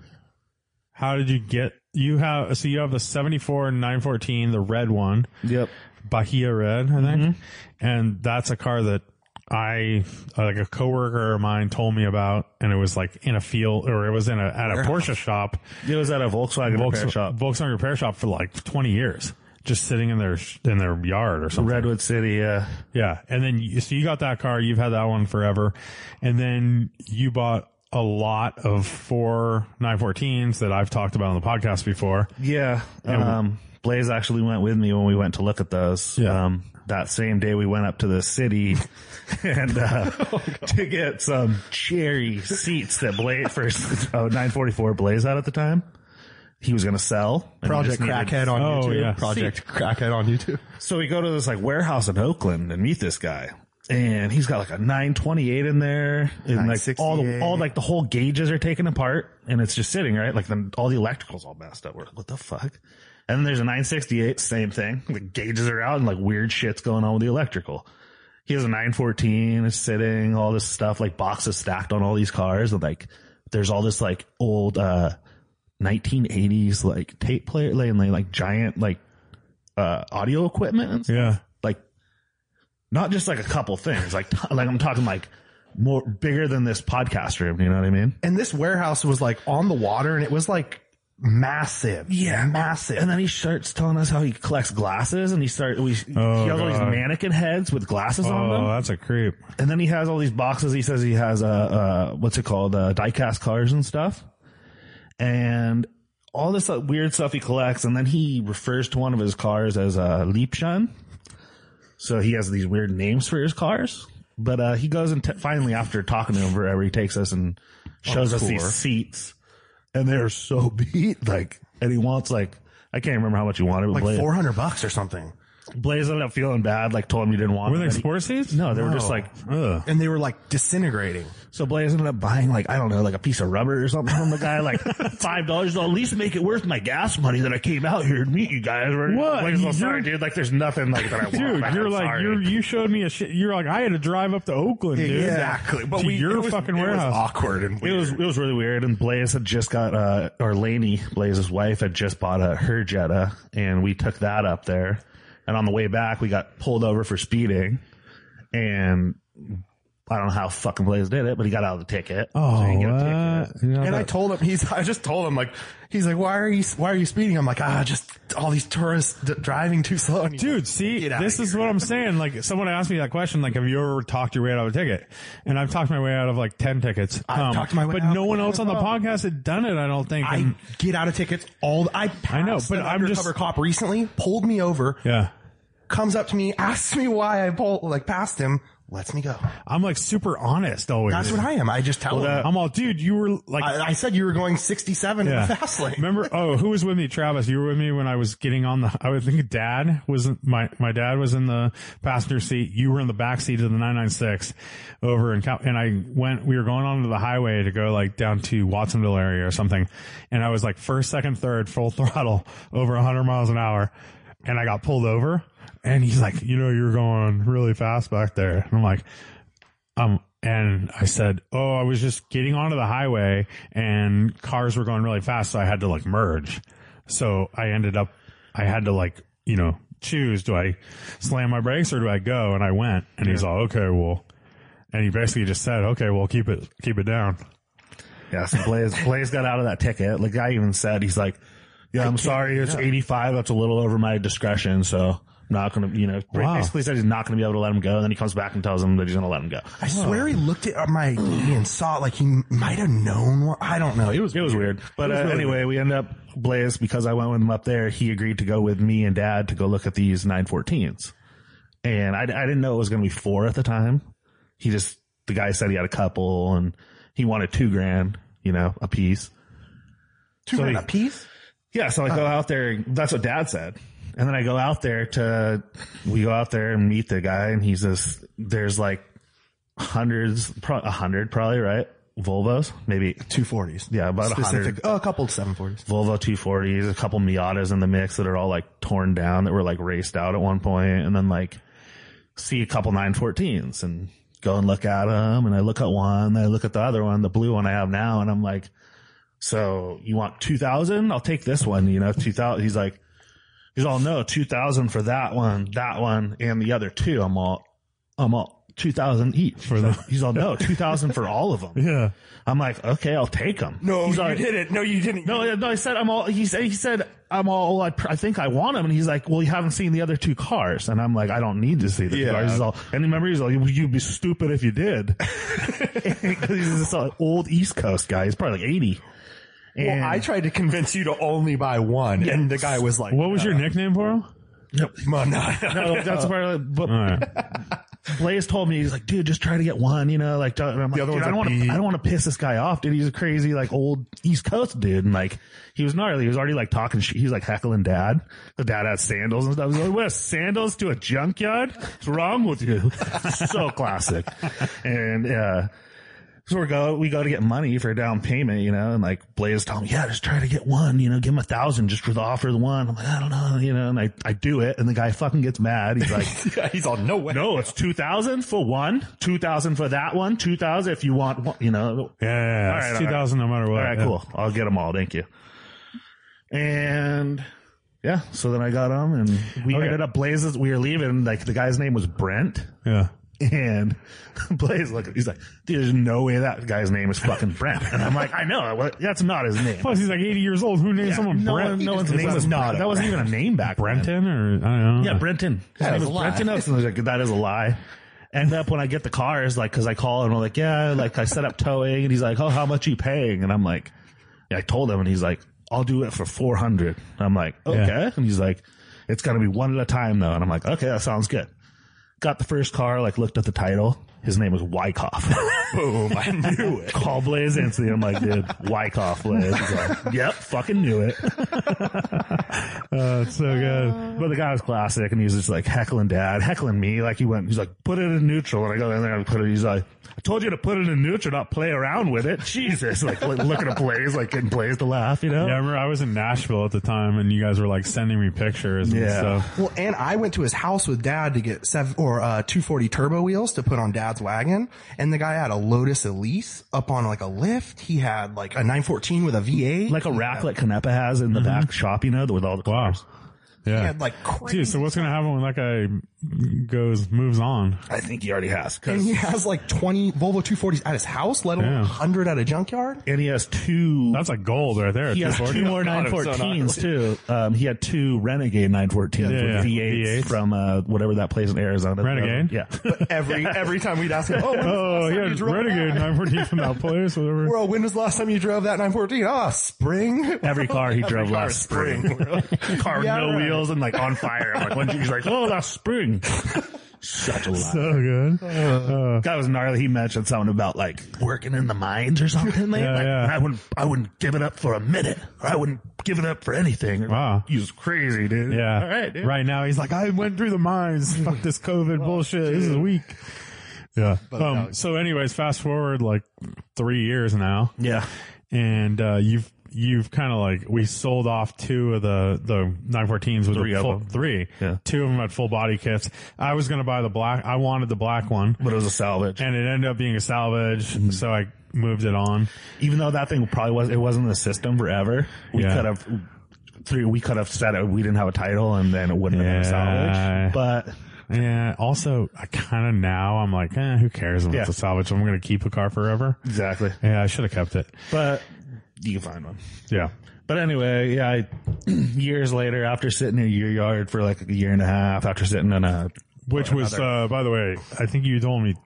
C: How did you get? You have so you have the seventy four and nine fourteen, the red one,
D: Yep.
C: Bahia red, I
D: Mm-hmm.
C: think, and that's a car that. I like a coworker of mine told me about, and it was like in a field, or it was in a at a Porsche shop,
D: It was at a Volkswagen
C: Volks-
D: repair shop.
C: Volkswagen repair shop for like 20 years, just sitting in their in their yard or something.
D: Redwood City, yeah.
C: Yeah, and then you, so you got that car. You've had that one forever, and then you bought a lot of four 914s that I've talked about on the podcast before.
D: Yeah. Um, Blaze actually went with me when we went to look at those.
C: Yeah.
D: Um, that same day we went up to the city and, uh, to get some cherry seats that Blaze first, oh, 944 Blaze had at the time. He was going to sell. and we
B: Project
D: just needed-
B: Crackhead on
C: Oh,
B: YouTube.
C: yeah.
B: Project Crackhead on YouTube.
D: So we go to this like warehouse in Oakland and meet this guy. And he's got like a 928 in there and like all the,
B: 968.
D: all like the whole gauges are taken apart and it's just sitting, right? Like the, all the electricals all messed up. We're like, what the fuck? And then there's a 968, same thing. The gauges are out and like weird shit's going on with the electrical. He has a 914, it's sitting, all this stuff, like boxes stacked on all these cars. And like there's all this like old, uh, 1980s like tape player, like, and, like giant like, uh, audio equipment and stuff
C: Yeah,
D: like not just like a couple things like like i'm talking like more bigger than this podcast room you know what i mean
B: And this warehouse was like on the water and it was like massive. Massive.
D: and then he starts telling us how he collects glasses and he starts we
C: Oh,
D: he has all these
C: God.
D: mannequin heads with glasses on
C: oh,
D: them
C: that's a creep.
D: and then he has all these boxes he says he has uh uh what's it called uh diecast cars and stuff and all this uh, weird stuff he collects and then he refers to one of his cars as a uh, Leapshun. So he has these weird names for his cars. But uh, he goes and t- finally, after talking to him forever, he takes us and shows us these seats, and they're so beat. Like, and he wants like I can't remember how much he wanted, but
B: like
D: Blaze,
B: 400 bucks or something.
D: Blaze ended up feeling bad. Like, told him he didn't want.
C: Were
D: them,
C: they
D: and he-
C: sport seats?
D: No, they were just like.
C: Ugh.
B: And they were like disintegrating.
D: So Blaze ended up buying like I don't know, like a piece of rubber or something from the guy, like five dollars. At least make it worth my gas money that I came out here to meet you guys. We're-
C: What?
D: Blaze, well,
C: You're-
D: sorry, dude. Like, there's nothing like that I want.
B: Oh,
C: Dude,
D: I'm
C: you're like
D: sorry.
C: you you showed me a shit. You're like I had to drive up to Oakland, dude.
B: Exactly. But
C: To
B: we,
C: your
B: it was,
C: fucking
B: it was
C: warehouse.
B: awkward and
D: It
B: weird.
D: was it was really weird, and Blaze had just got uh, or Laney Blaze's wife had just bought a her Jetta, and we took that up there. And on the way back, we got pulled over for speeding, and I don't know how fucking Blaze did it, but he got out of the ticket.
C: Oh,
D: So he didn't get a
C: what?
D: ticket.
C: You know,
B: and I
C: that-
B: told him he's. I just told him like he's like why are you why are you speeding? I'm like ah just all these tourists d- driving too slow. And he's
C: Dude,
B: like,
C: see,
B: "Get outta
C: this
B: here."
C: is what I'm saying. Like, someone asked me that question, like, have you ever talked your way out of a ticket? And I've talked my way out of like 10 tickets. Um,
B: I've talked my way
C: But
B: out
C: no
B: of
C: one
B: a
C: else on the
B: lot.
C: podcast had done it, I don't think.
B: I
C: And-
B: get out of tickets all. I
C: I know,
B: passed
C: but
B: an
C: I'm just-
B: undercover cop recently pulled me over.
C: yeah.
B: comes up to me, asks me why I pulled like passed him, lets me go.
C: I'm like super honest always.
B: That's what I am. I just tell him.
C: I'm all, dude, you were like,
B: I, I said you were going 67 in the fast lane.
C: Remember? Oh, who was with me? Travis, you were with me when I was getting on the. I would think Dad was my my dad was in the passenger seat. You were in the back seat of the 996 over in Cal. And I went. We were going onto the highway to go like down to Watsonville area or something. And I was like first, second, third, full throttle over 100 miles an hour, and I got pulled over. And he's like, you know, you're going really fast back there. And I'm like, Um, and I said, "Oh, I was just getting onto the highway, and cars were going really fast, so I had to like merge. So I ended up, I had to like, you know, choose: do I slam my brakes or do I go? And I went, and he's all, "Okay, well," and he basically just said, "Okay, well, keep it, keep it down."
D: Yeah, so Blaze, Blaze got out of that ticket. Like I even said, he's like, yeah, I'm sorry. It's 85. That's a little over my discretion. So I'm not going to, you know,
C: Wow.
D: basically said he's not going to be able to let him go. And then he comes back and tells him that he's going to let him go.
B: I swear he looked at my knee and saw it like he might have known. What, I don't know. It was
D: It was weird. But
B: It was
D: uh,
B: really
D: anyway, we end up Blaze because I went with him up there. He agreed to go with me and Dad to go look at these 914s, and I, I didn't know it was going to be four at the time. He just the guy said he had a couple and he wanted two grand, you know, a piece.
B: two
D: so
B: grand
D: he-
B: a piece.
D: Yeah, so I go out there. That's what Dad said. And then I go out there to, we go out there and meet the guy, and he's this. There's like hundreds, pro- a hundred probably, right? Volvos, maybe.
B: Two forties.
D: Yeah, about a
B: Specific.
D: hundred
B: Oh, a couple seven forties.
D: Volvo 240s, a couple Miatas in the mix that are all like torn down that were like raced out at one point, and then like see a couple 914s and go and look at them. And I look at one, I look at the other one, the blue one I have now, and I'm like, so you want 2000? I'll take this one, you know, 2000. He's like, he's all no, 2000 for that one, that one, and the other two. I'm all, I'm all 2000 each for them. He's all no, 2000 for all of them. Yeah. I'm like, okay, I'll take them. he's all,
B: it. No, you didn't.
D: no, yeah, no, I said I'm all. He said he said I'm all. I, pr- I think I want him, and he's like, "Well, you haven't seen the other two cars," and I'm like, "I don't need to see the two
B: Yeah.
D: cars." He's all, and remember, he's like, "You- "You'd be stupid if you did." 'Cause he's this like, old East Coast guy. He's probably like eighty.
B: Well, I tried to convince you to only buy one, and the guy was like,
C: What was your nickname for him?
B: Come on, no,
D: No, that's part of it. But
C: All right.
D: Blaze told me he's like, dude, just try to get one, you know, like, and I'm like,
B: other
D: dude,
B: one's
D: I don't
B: a
D: want to,
B: bee.
D: I don't want to piss this guy off, dude. He's a crazy, like, old East Coast dude, and like, he was gnarly. He was already like talking shit. He was like heckling dad. The dad had sandals and stuff. He's like, wear sandals to a junkyard? What's wrong with you? so classic. And uh, so we go, we go to get money for a down payment, you know, and like Blaze told me, yeah, just try to get one, you know, give him a thousand just for the offer of the one. I'm like, I don't know, you know, and I, I do it, and the guy fucking gets mad. He's like.
B: Yeah, he's all no way.
D: No, it's two thousand for one, two thousand for that one, two thousand if you want. one, You know,
C: Yeah, yeah, yeah.
D: All
C: It's
D: right, all right.
C: 2000 no matter what.
D: all right,
C: Yeah.
D: cool. I'll get them all. Thank you. And yeah, so then I got them, and we
C: Okay.
D: ended up blazes. We were leaving. Like the guy's name was Brent,
C: Yeah.
D: and Blaze look, he's like, "Dude, there's no way that guy's name is fucking Brent." And I'm like, "I know, well, that's not his name."
C: Plus, he's like 80 years old. Who named
D: Yeah,
C: someone
D: no,
C: Brent?
D: one- no one's
C: Is
D: name
C: that
D: was not. That wasn't even a name back then.
C: Brenton or I don't know.
D: Yeah, Brenton. His
B: That
D: name
B: is
D: is
B: a lie.
D: Brenton. I was like, that is a lie. End up when I get the cars, like, cause I call and I'm like, yeah, like I set up towing and he's like, oh, how much you paying? And I'm like, I told him and he's like, I'll do it for 400. I'm like, okay. And he's like, it's going to be one at a time though. And I'm like, okay, that sounds good. Got the first car, like looked at the title. His name was Wyckoff.
B: Boom! I knew it.
D: Call Blaze instantly. I'm like, dude, Wyckoff Blaze. He's like, yep, fucking knew it.
C: Uh, it's so good.
D: But the guy was classic, and he was just like heckling dad, heckling me. Like he went, he's like, put it in neutral, and I go in there and put it. He's like, I told you to put it in neutral, not play around with it. Jesus, like look- looking at Blaze, like getting Blaze to laugh, you know?
C: Yeah, I remember I was in Nashville at the time, and you guys were like sending me pictures and
D: Yeah.
C: stuff.
B: Well, and I went to his house with dad to get seven or uh, 240 turbo wheels to put on dad's wagon. And the guy had a Lotus Elise up on like a lift. He had like a 914 with a V8.
D: Like a rack like Canepa has in the back shop, you know, with all
C: Mm-hmm.
D: the
C: Wow.
D: cars.
C: Yeah.
B: he had like crazy.
C: Dude, so what's gonna happen when that guy goes moves on?
D: I think he already has. 'cause-
B: and he has like 20 Volvo 240s at his house, let alone
C: Yeah.
B: 100 at a junkyard.
D: and he has E two.
C: That's like gold right there.
D: he has
C: 240.
D: two more
C: God, I'm so
D: 914s too. Um, he had two Renegade 914s
C: Yeah, yeah.
D: with V8s,
C: V8s.
D: from uh, whatever that place in Arizona.
C: Renegade?
D: Yeah.
B: But every, every time we'd ask him, oh, when was the
C: Oh, he
B: last time
C: had
B: you drove
C: Renegade
B: that?
C: 914 from that place, whatever.
B: Bro, when was the last time you drove that 914? Ah, spring.
D: Every car he drove
B: car
D: last
B: is spring.
D: car with
B: Yeah,
D: no
B: right.
D: wheels and like on fire. I'm like, when she's like, oh, that's spring. Such a lie.
C: So Oh, good.
D: guy was gnarly. He mentioned something about like working in the mines or something. Like,
C: Yeah,
D: like,
C: yeah.
D: I wouldn't, I wouldn't give it up for a minute. Or I wouldn't give it up for anything.
C: Wow.
D: he was crazy, dude.
C: Yeah.
D: all right, dude.
C: Right now, he's like, I went through the mines. Fuck this COVID bullshit. This is weak. Yeah.
D: uh,
C: Um, so, anyways, fast forward like three years now,
D: Yeah,
C: and uh, you've you've kind of like we sold off two of the the 914s with
D: Three
C: the
D: of
C: full,
D: them.
C: three,
D: Yeah.
C: two of them had full body kits. I was gonna buy the black. I wanted the black one,
D: but it was a salvage.
C: and it ended up being a salvage.
D: Mm-hmm.
C: So I moved it on.
D: even though that thing probably was it wasn't in the system forever. We
C: Yeah.
D: could have three. We could have said it, we didn't have a title, and then it wouldn't have
C: Yeah.
D: been a salvage. But
C: Yeah. Also, I kind of now I'm like, eh, who cares if
D: Yeah.
C: it's a salvage? I'm gonna keep a car forever.
D: exactly.
C: Yeah, I should have kept it.
D: But you can find one.
C: Yeah.
D: But anyway, yeah. I, years later, after sitting in your yard for like a year and a half, after sitting in a,
C: Which was, uh, by the way, I think you told me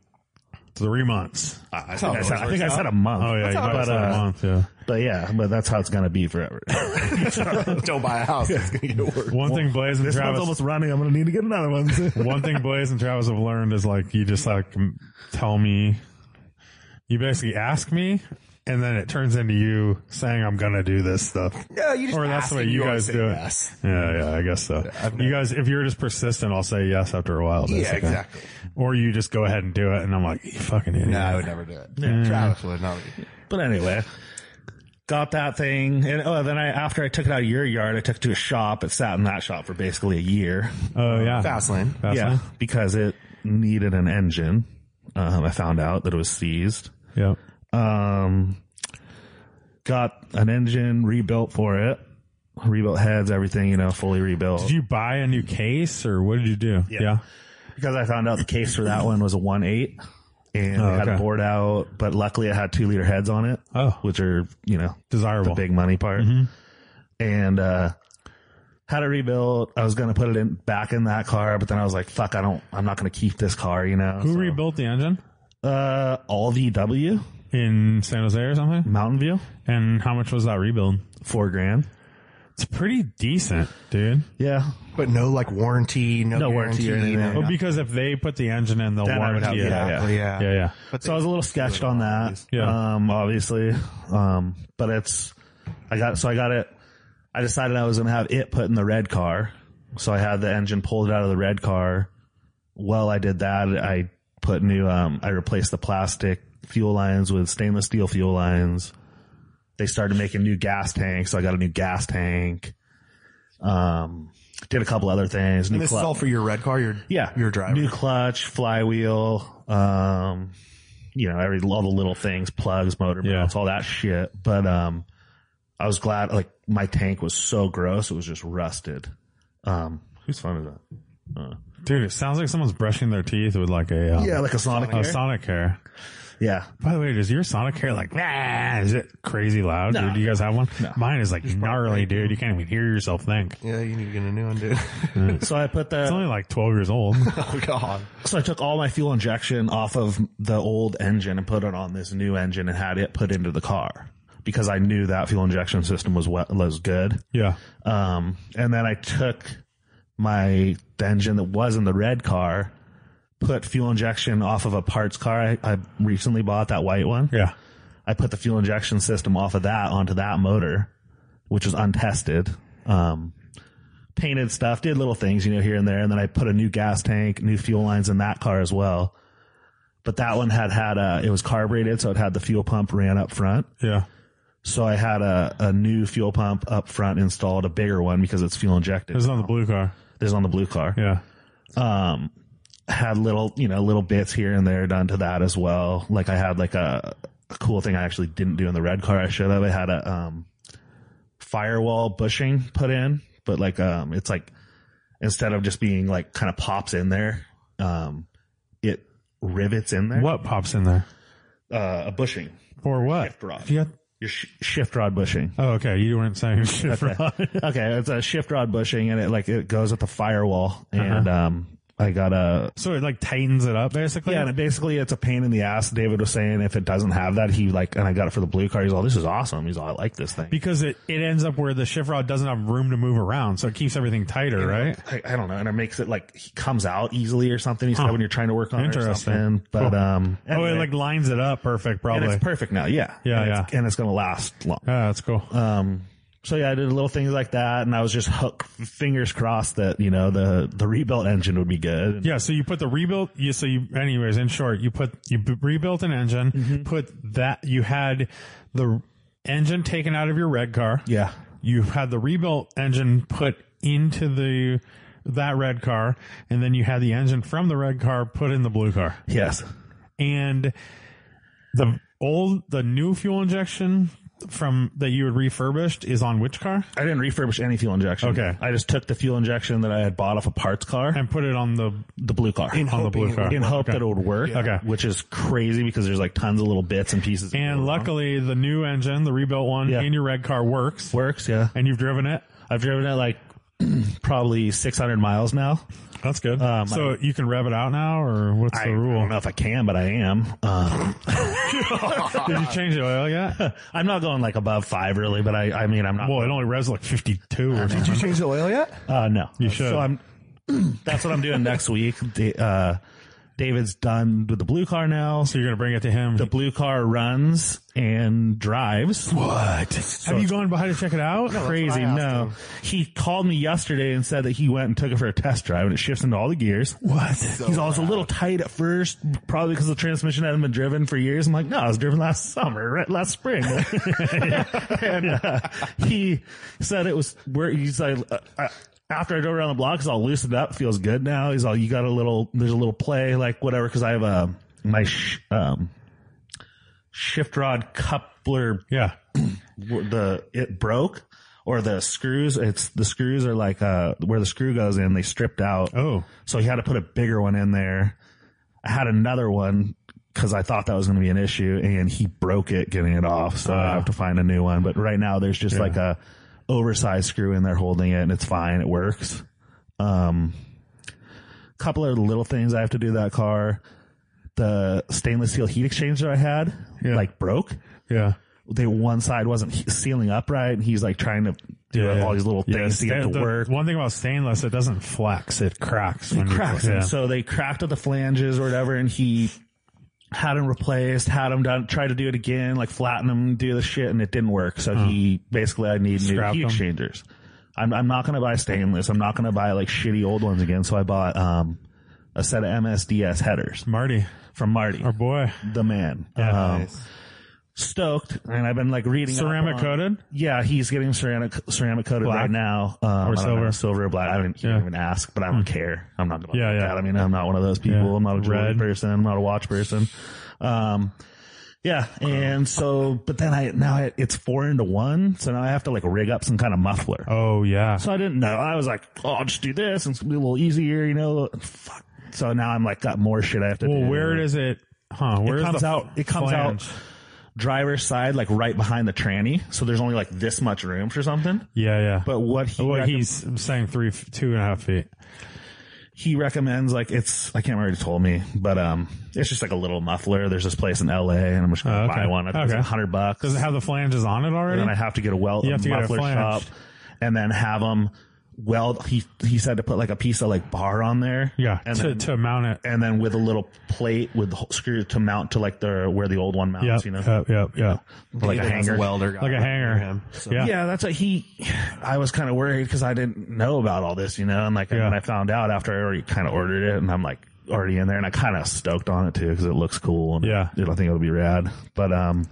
C: three months.
D: I think, I
B: it
D: said, I, think I said a month. uh,
C: Oh yeah, you
B: how it
C: might
B: was.
C: have said a month. Yeah.
D: But yeah, but that's how it's gonna be forever.
B: Don't buy a house. It's going to get worse.
C: One thing Blaze and
D: this one's
C: Travis.
D: almost running. I'm gonna need to get another one.
C: one thing Blaze and Travis have learned is like you just like m- tell me. You basically ask me, and then it turns into you saying I'm gonna do this stuff.
B: Yeah, you just
C: or that's
B: ask
C: the way
B: and
C: you guys
B: always say
C: do it.
B: yes.
C: Yeah, yeah, I guess so. You guys, if you're just persistent, I'll say yes after a while.
B: Yeah,
C: basically.
B: exactly.
C: Or you just go ahead and do it, and I'm like, you fucking idiot.
B: No, I would never do it. Travis would not.
D: But anyway, got that thing, and oh, then I after I took it out of your yard, I took it to a shop. It sat in that shop for basically a year.
C: Oh yeah,
B: Fast lane.
C: That's
D: yeah,
C: fine.
D: because it needed an engine. Um, I found out that it was seized.
C: Yeah.
D: Um, got an engine rebuilt for it, rebuilt heads, everything you know, fully rebuilt.
C: Did you buy a new case or what did you do? Yeah.
D: because I found out the case for that one was a one eight. And
C: Oh,
D: it had a
C: okay.
D: board out, but luckily it had two liter heads on it,
C: Oh.
D: which are, you know,
C: Desirable.
D: the big money part. And uh had it rebuilt. I was gonna put it in back in that car, but then I was like, "Fuck! I don't. I'm not gonna keep this car." You know.
C: Who
D: so-
C: rebuilt the engine
D: Uh, all VW
C: in San Jose or something?
D: Mountain View,
C: And how much was that rebuild?
D: four grand.
C: It's pretty decent, dude.
D: Yeah,
B: But no like warranty, no,
D: No warranty
B: guarantee.
D: or anything.
B: no-
C: Well, because if they put the engine in, they'll
D: Then I would
C: warranty
D: have-
C: it.
D: yeah.
B: Exactly, yeah.
C: Oh, yeah, yeah.
D: so I was a little sketched on that.
C: Yeah.
D: Um, obviously. Um, but it's, I got, so I got it. I decided I was going to have it put in the red car. So I had the engine pulled out of the red car. Well, I did that. I put new, um, I replaced the plastic fuel lines with stainless steel fuel lines. They started making new gas tanks. So I got a new gas tank. Um, did a couple other things. New
B: And this
D: clutch-
B: is all for your red car, your
D: yeah,
B: your driver.
D: new clutch, flywheel, um, you know, every all the little things, plugs, motor
C: Yeah.
D: mounts, all that shit. But um, I was glad. Like my tank was so gross, it was just rusted. Um, whose phone is that?
C: Dude, it sounds like someone's brushing their teeth with like a um,
D: Yeah, like a Sonic.
C: a Sonic hair.
D: Oh, yeah,
C: By the way, does your Sonic hair like nah? Is it crazy loud?
D: No.
C: Dude, do you guys have one? Mine is like gnarly, dude. You can't even hear yourself think.
B: Yeah, you need to get a new one, dude.
D: so I put
C: It's
D: the
C: only like twelve years old.
B: oh god.
D: so I took all my fuel injection off of the old engine and put it on this new engine and had it put into the car because I knew that fuel injection system was what was good.
C: yeah,
D: Um, and then I took my the engine that was in the red car, put fuel injection off of a parts car I, I recently bought, that white one.
C: yeah.
D: I put the fuel injection system off of that onto that motor, which was untested. Um, painted stuff, did little things, you know, here and there. And then I put a new gas tank, new fuel lines in that car as well. But that one had had a, it was carbureted, so it had the fuel pump ran up front.
C: Yeah.
D: So I had a, a new fuel pump up front installed, a bigger one because it's fuel injected.
C: This is on the blue car.
D: This is on the blue car.
C: Yeah.
D: Um, had little, you know, little bits here and there done to that as well. Like I had like a, a cool thing I actually didn't do in the red car. I should have. I had a um, firewall bushing put in, but like um, it's like instead of just being like kind of pops in there, um, it rivets in there.
C: What pops in there?
D: uh, a bushing?
C: For what?
D: Shift rod.
C: If you got-
D: Your sh- shift rod bushing.
C: oh, okay. You weren't saying shift rod.
D: okay, it's a shift rod bushing, and it like it goes at the firewall,
C: Uh-huh.
D: and um, I got a
C: So it like tightens it up basically.
D: yeah, and it basically it's a pain in the ass. David was saying if it doesn't have that, he like, and I got it for the blue car. He's all, this is awesome. He's all, I like this thing.
C: because it, it ends up where the shift rod doesn't have room to move around, so it keeps everything tighter, right?
D: I, I don't know, and it makes it like he comes out easily or something. He's said when you're trying to work on it or
C: Interesting.
D: something. But um,
C: Oh, it
D: anyway.
C: like lines it up perfect,
D: and
C: probably.
D: it's perfect now. Yeah,
C: Yeah,
D: and It's,
C: yeah.
D: and it's gonna last long.
C: yeah, that's cool.
D: Um, so yeah, I did little things like that, and I was just hook fingers crossed that you know the the rebuilt engine would be good. And-
C: Yeah, so you put the rebuilt. You so you,
D: Mm-hmm.
C: anyways. In short, you put you b- rebuilt an engine. Put that you had the engine taken out of your red car.
D: Yeah.
C: You've had the rebuilt engine put into the that red car, and then you had the engine from the red car put in the blue car.
D: Yes.
C: And the old, the new fuel injection from that you had refurbished is on which car?
D: I didn't refurbish any fuel injection.
C: Okay.
D: I just took the fuel injection that I had bought off a parts car.
C: And put it on the
D: the blue car
C: In On the hoping blue it car. would
D: in
C: work.
D: hope
C: Okay.
D: that it would work.
C: Okay.
D: which is crazy because there's like tons of little bits and pieces. that go
C: and
D: wrong.
C: luckily the new engine, the rebuilt one
D: Yeah.
C: in your red car works,
D: works. Yeah,
C: and you've driven it.
D: I've driven it like probably 600 miles now.
C: That's good.
D: Um,
C: so you can rev it out now, or what's
D: I,
C: the
D: I
C: rule?
D: don't know if I can, but I am. Um,
C: Did you change the oil yet?
D: I'm not going like above five really, but I, I mean, I'm not.
C: well, it only revs like fifty-two or something.
A: Did you change the oil yet?
D: Uh, no, you
C: should.
D: So I'm. that's what I'm doing next week. Da- uh, David's done with the blue car now.
C: So you're gonna bring it to him.
D: the blue car runs and drives. What?
C: Have you gone by to check it out?
D: crazy. No, he called me yesterday and said that he went and took it for a test drive, and it shifts into all the gears. What? He's always a little tight at first, probably because the transmission hadn't been driven for years. I'm like, no, it was driven last summer, right, last spring. and uh, he said it was where he's like. Uh, uh, after I drove around the block, it's all loosened up, feels good now. He's all, you got a little, there's a little play, like whatever, because I have a my sh- um, shift rod coupler
C: Yeah.
D: w- the it broke or the screws it's the screws are like uh where the screw goes in they stripped out
C: Oh.
D: so he had to put a bigger one in there i had another one because i thought that was going to be an issue and he broke it getting it off so i have to find a new one but right now there's just like a oversized screw in there holding it and it's fine it works um couple of little things i have to do to that car the stainless steel heat exchanger i had
C: Yeah.
D: like broke
C: Yeah.
D: they one side wasn't he- sealing up right, and he's like trying to do
C: Yeah.
D: all these little things to get
C: The-
D: it to
C: the-
D: work.
C: One thing about stainless, it doesn't flex; it cracks. It
D: cracks.
C: You,
D: And
C: yeah.
D: So they cracked at the flanges or whatever, and he had them replaced, had them done, tried to do it again, like flatten them, do the shit, and it didn't work. So he basically, I need
C: Scrapped
D: new heat
C: them.
D: exchangers. I'm, I'm not going to buy stainless. I'm not going to buy like shitty old ones again. So I bought, um, a set of MSDS headers
C: Marty,
D: from Marty,
C: our boy,
D: the man. Um, Stoked, and I've been like reading up
C: ceramic
D: on-
C: coated.
D: Yeah, he's getting ceramic ceramic coated
C: Black?
D: right now,
C: Or
D: um, I don't know,
C: silver?
D: silver or black. I didn't
C: Yeah. Hmm.
D: even ask, but I don't care. I'm not gonna.
C: Yeah,
D: look at
C: yeah.
D: that. I mean, I'm not one of those people.
C: Yeah.
D: I'm not a jewelry
C: Red.
D: person. I'm not a watch person. Um, yeah, and so, but then I now I, it's four into one, so now I have to like rig up some kind of muffler.
C: Oh yeah.
D: So I didn't know. I was like, oh, I'll just do this, and it's gonna be a little easier, you know. Fuck. So now I'm like got more shit I have to do.
C: Well, where does it? Huh? Where
D: It
C: is
D: comes
C: the
D: out. It comes
C: flange?
D: out driver's side, like right behind the tranny. So there's only like this much room for something.
C: Yeah, yeah.
D: But what he
C: Oh, well,
D: recom-
C: he's saying three, f- two and a half feet.
D: he recommends like it's I can't remember what he told me, but um, it's just like a little muffler. There's this place in L.A. and I'm just gonna
C: Oh,
D: buy
C: okay.
D: one. I think
C: Okay.
D: It's a hundred bucks.
C: Does it have the flanges on it
D: and
C: already?
D: then I have to get a weld
C: You have to get a
D: muffler shop,
C: flange.
D: and then have them weld. He he said to put like a piece of like bar on there.
C: yeah,
D: and
C: to
D: then,
C: to mount it.
D: and then with a little plate with the screw to mount to like the where the old one mounts.
C: Yep, Uh,
D: You know,
C: yep, yep, yep.
D: like a hanger.
A: welder guy.
C: Like a hanger. Yeah.
D: yeah, that's what he. I was kind of worried because I didn't know about all this, you know, and like when I found out after I already kind of ordered it, and I'm like already in there, and I kind of stoked on it too because it looks cool, and
C: Yeah.
D: I think it'll be rad. But um,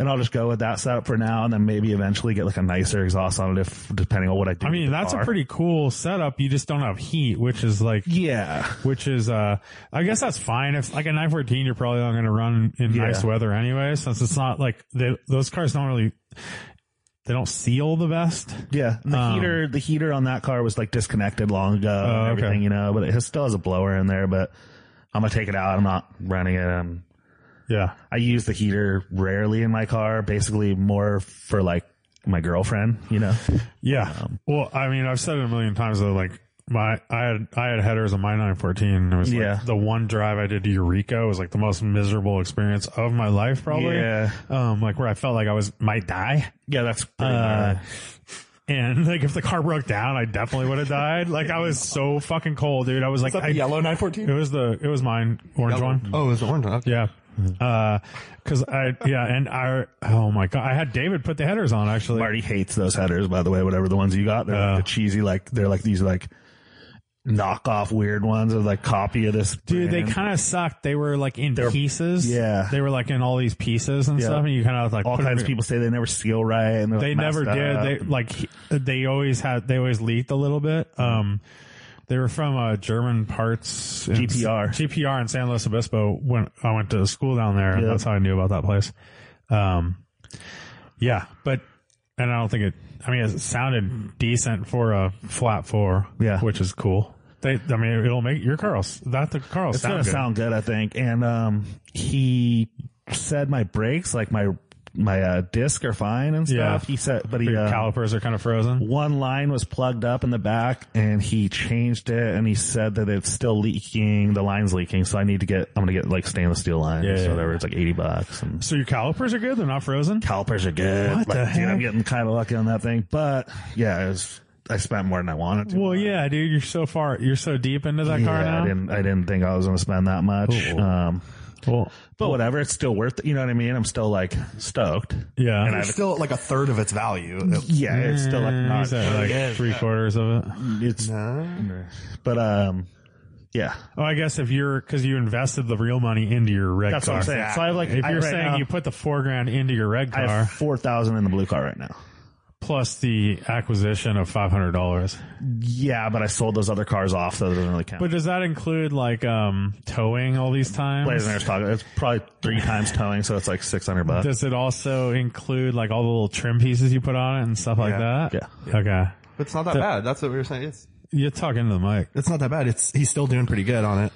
D: and I'll just go with that setup for now, and then maybe eventually get like a nicer exhaust on it if depending on what I do.
C: I mean,
D: with the
C: that's a
D: car.
C: pretty cool setup. You just don't have heat, which is like,
D: yeah.
C: which is, uh, I guess that's fine. If like a 914, you're probably not going to run in
D: Yeah.
C: nice weather anyway, since it's not like they, those cars don't really, they don't seal the best.
D: Yeah, and the
C: Um,
D: heater the heater on that car was like disconnected long ago
C: Oh,
D: and
C: okay.
D: everything, you know. But it has, still has a blower in there. But I'm gonna take it out. I'm not running it. I'm
C: Yeah.
D: I use the heater rarely in my car, basically more for like my girlfriend, you know.
C: Yeah. well, I mean, I've said it a million times though, like, my, I had, I had headers on my 914 and it was like
D: Yeah.
C: the one drive I did to Eureka was like the most miserable experience of my life probably.
D: Yeah.
C: Um, like where I felt like I was, might die.
D: Yeah, that's pretty
C: Uh,
D: gnarly.
C: and like if the car broke down, I definitely would have died. Like I was so fucking cold, dude. I was like,
A: Is that
C: I,
A: the yellow
C: it
A: 914?
C: was the it was mine, orange one.
A: Oh, it was the orange one. Okay.
C: Yeah, because I yeah, and I oh my god, I had David put the headers on actually. Uh.
D: Marty hates those headers, by the way, whatever the ones you got. They're like the cheesy, like they're like these like knockoff weird ones of like copy of this.
C: Dude, they kind of sucked. They were like in
D: They're-
C: pieces.
D: yeah.
C: They were like in all these pieces and
D: Yeah.
C: stuff. And you kind of like
D: all
C: put
D: kinds
C: them-
D: of people say they never seal right, and they're, like,
C: They never
D: messed
C: did.
D: up.
C: They like he- they always had. They always leaked a little bit.
D: Mm-hmm.
C: Um, they were from uh, German parts. in-
D: GPR.
C: GPR in San Luis Obispo. When I went to school down there, and
D: Yeah.
C: that's how I knew about that place. Um, yeah, but and I don't think it. I mean, it sounded decent for a flat four.
D: Yeah.
C: which is cool. They, I mean, it'll make your Carl's. That the Carl's
D: it's gonna sound good, I think. And um, he said my brakes, like my my uh, disc are fine and stuff.
C: Yeah.
D: He said, but he
C: Your
D: uh,
C: calipers are kind of frozen.
D: one line was plugged up in the back, and he changed it, and he said that it's still leaking. The line's leaking, so I need to get. I'm gonna get like stainless steel lines
C: Yeah, yeah,
D: or whatever.
C: yeah.
D: It's like eighty bucks. And
C: So your calipers are good. They're not frozen.
D: calipers are good.
C: What
D: Like,
C: the
D: Dude,
C: heck?
D: I'm getting kind of lucky on that thing, but yeah, it was, I spent more than I wanted to.
C: Well, yeah, dude, you're so far, you're so deep into that car
D: Yeah,
C: now.
D: I didn't. I didn't think I was going to spend that much. Um, but whatever. It's still worth. It, you know what I mean? I'm still like stoked.
C: Yeah,
D: And I-
B: It's still like a third of its value.
D: Yeah, it's still like
C: What
D: not.
C: is that, like
B: Yes.
C: three quarters of it.
D: It's
B: No.
D: but um, yeah.
C: Oh, I guess if you're because you invested the real money into your red
D: That's
C: car.
D: what I'm saying. So I have like.
C: If
D: I-
C: you're
D: right
C: saying
D: now,
C: you put the four grand into your red
D: I
C: car
D: have four thousand in the blue car right now.
C: plus the acquisition of five hundred dollars,
D: Yeah, but I sold those other cars off, so it doesn't really count.
C: but does that include like um towing all these times?
D: Blazing talking. It's probably three times towing, so it's like six hundred bucks.
C: Does it also include like all the little trim pieces you put on it and stuff like
B: Yeah.
C: that? Okay.
B: It's not that bad. That's what we were saying. It's
C: You're talking to the mic.
B: it's not that bad. It's he's still doing pretty good on it.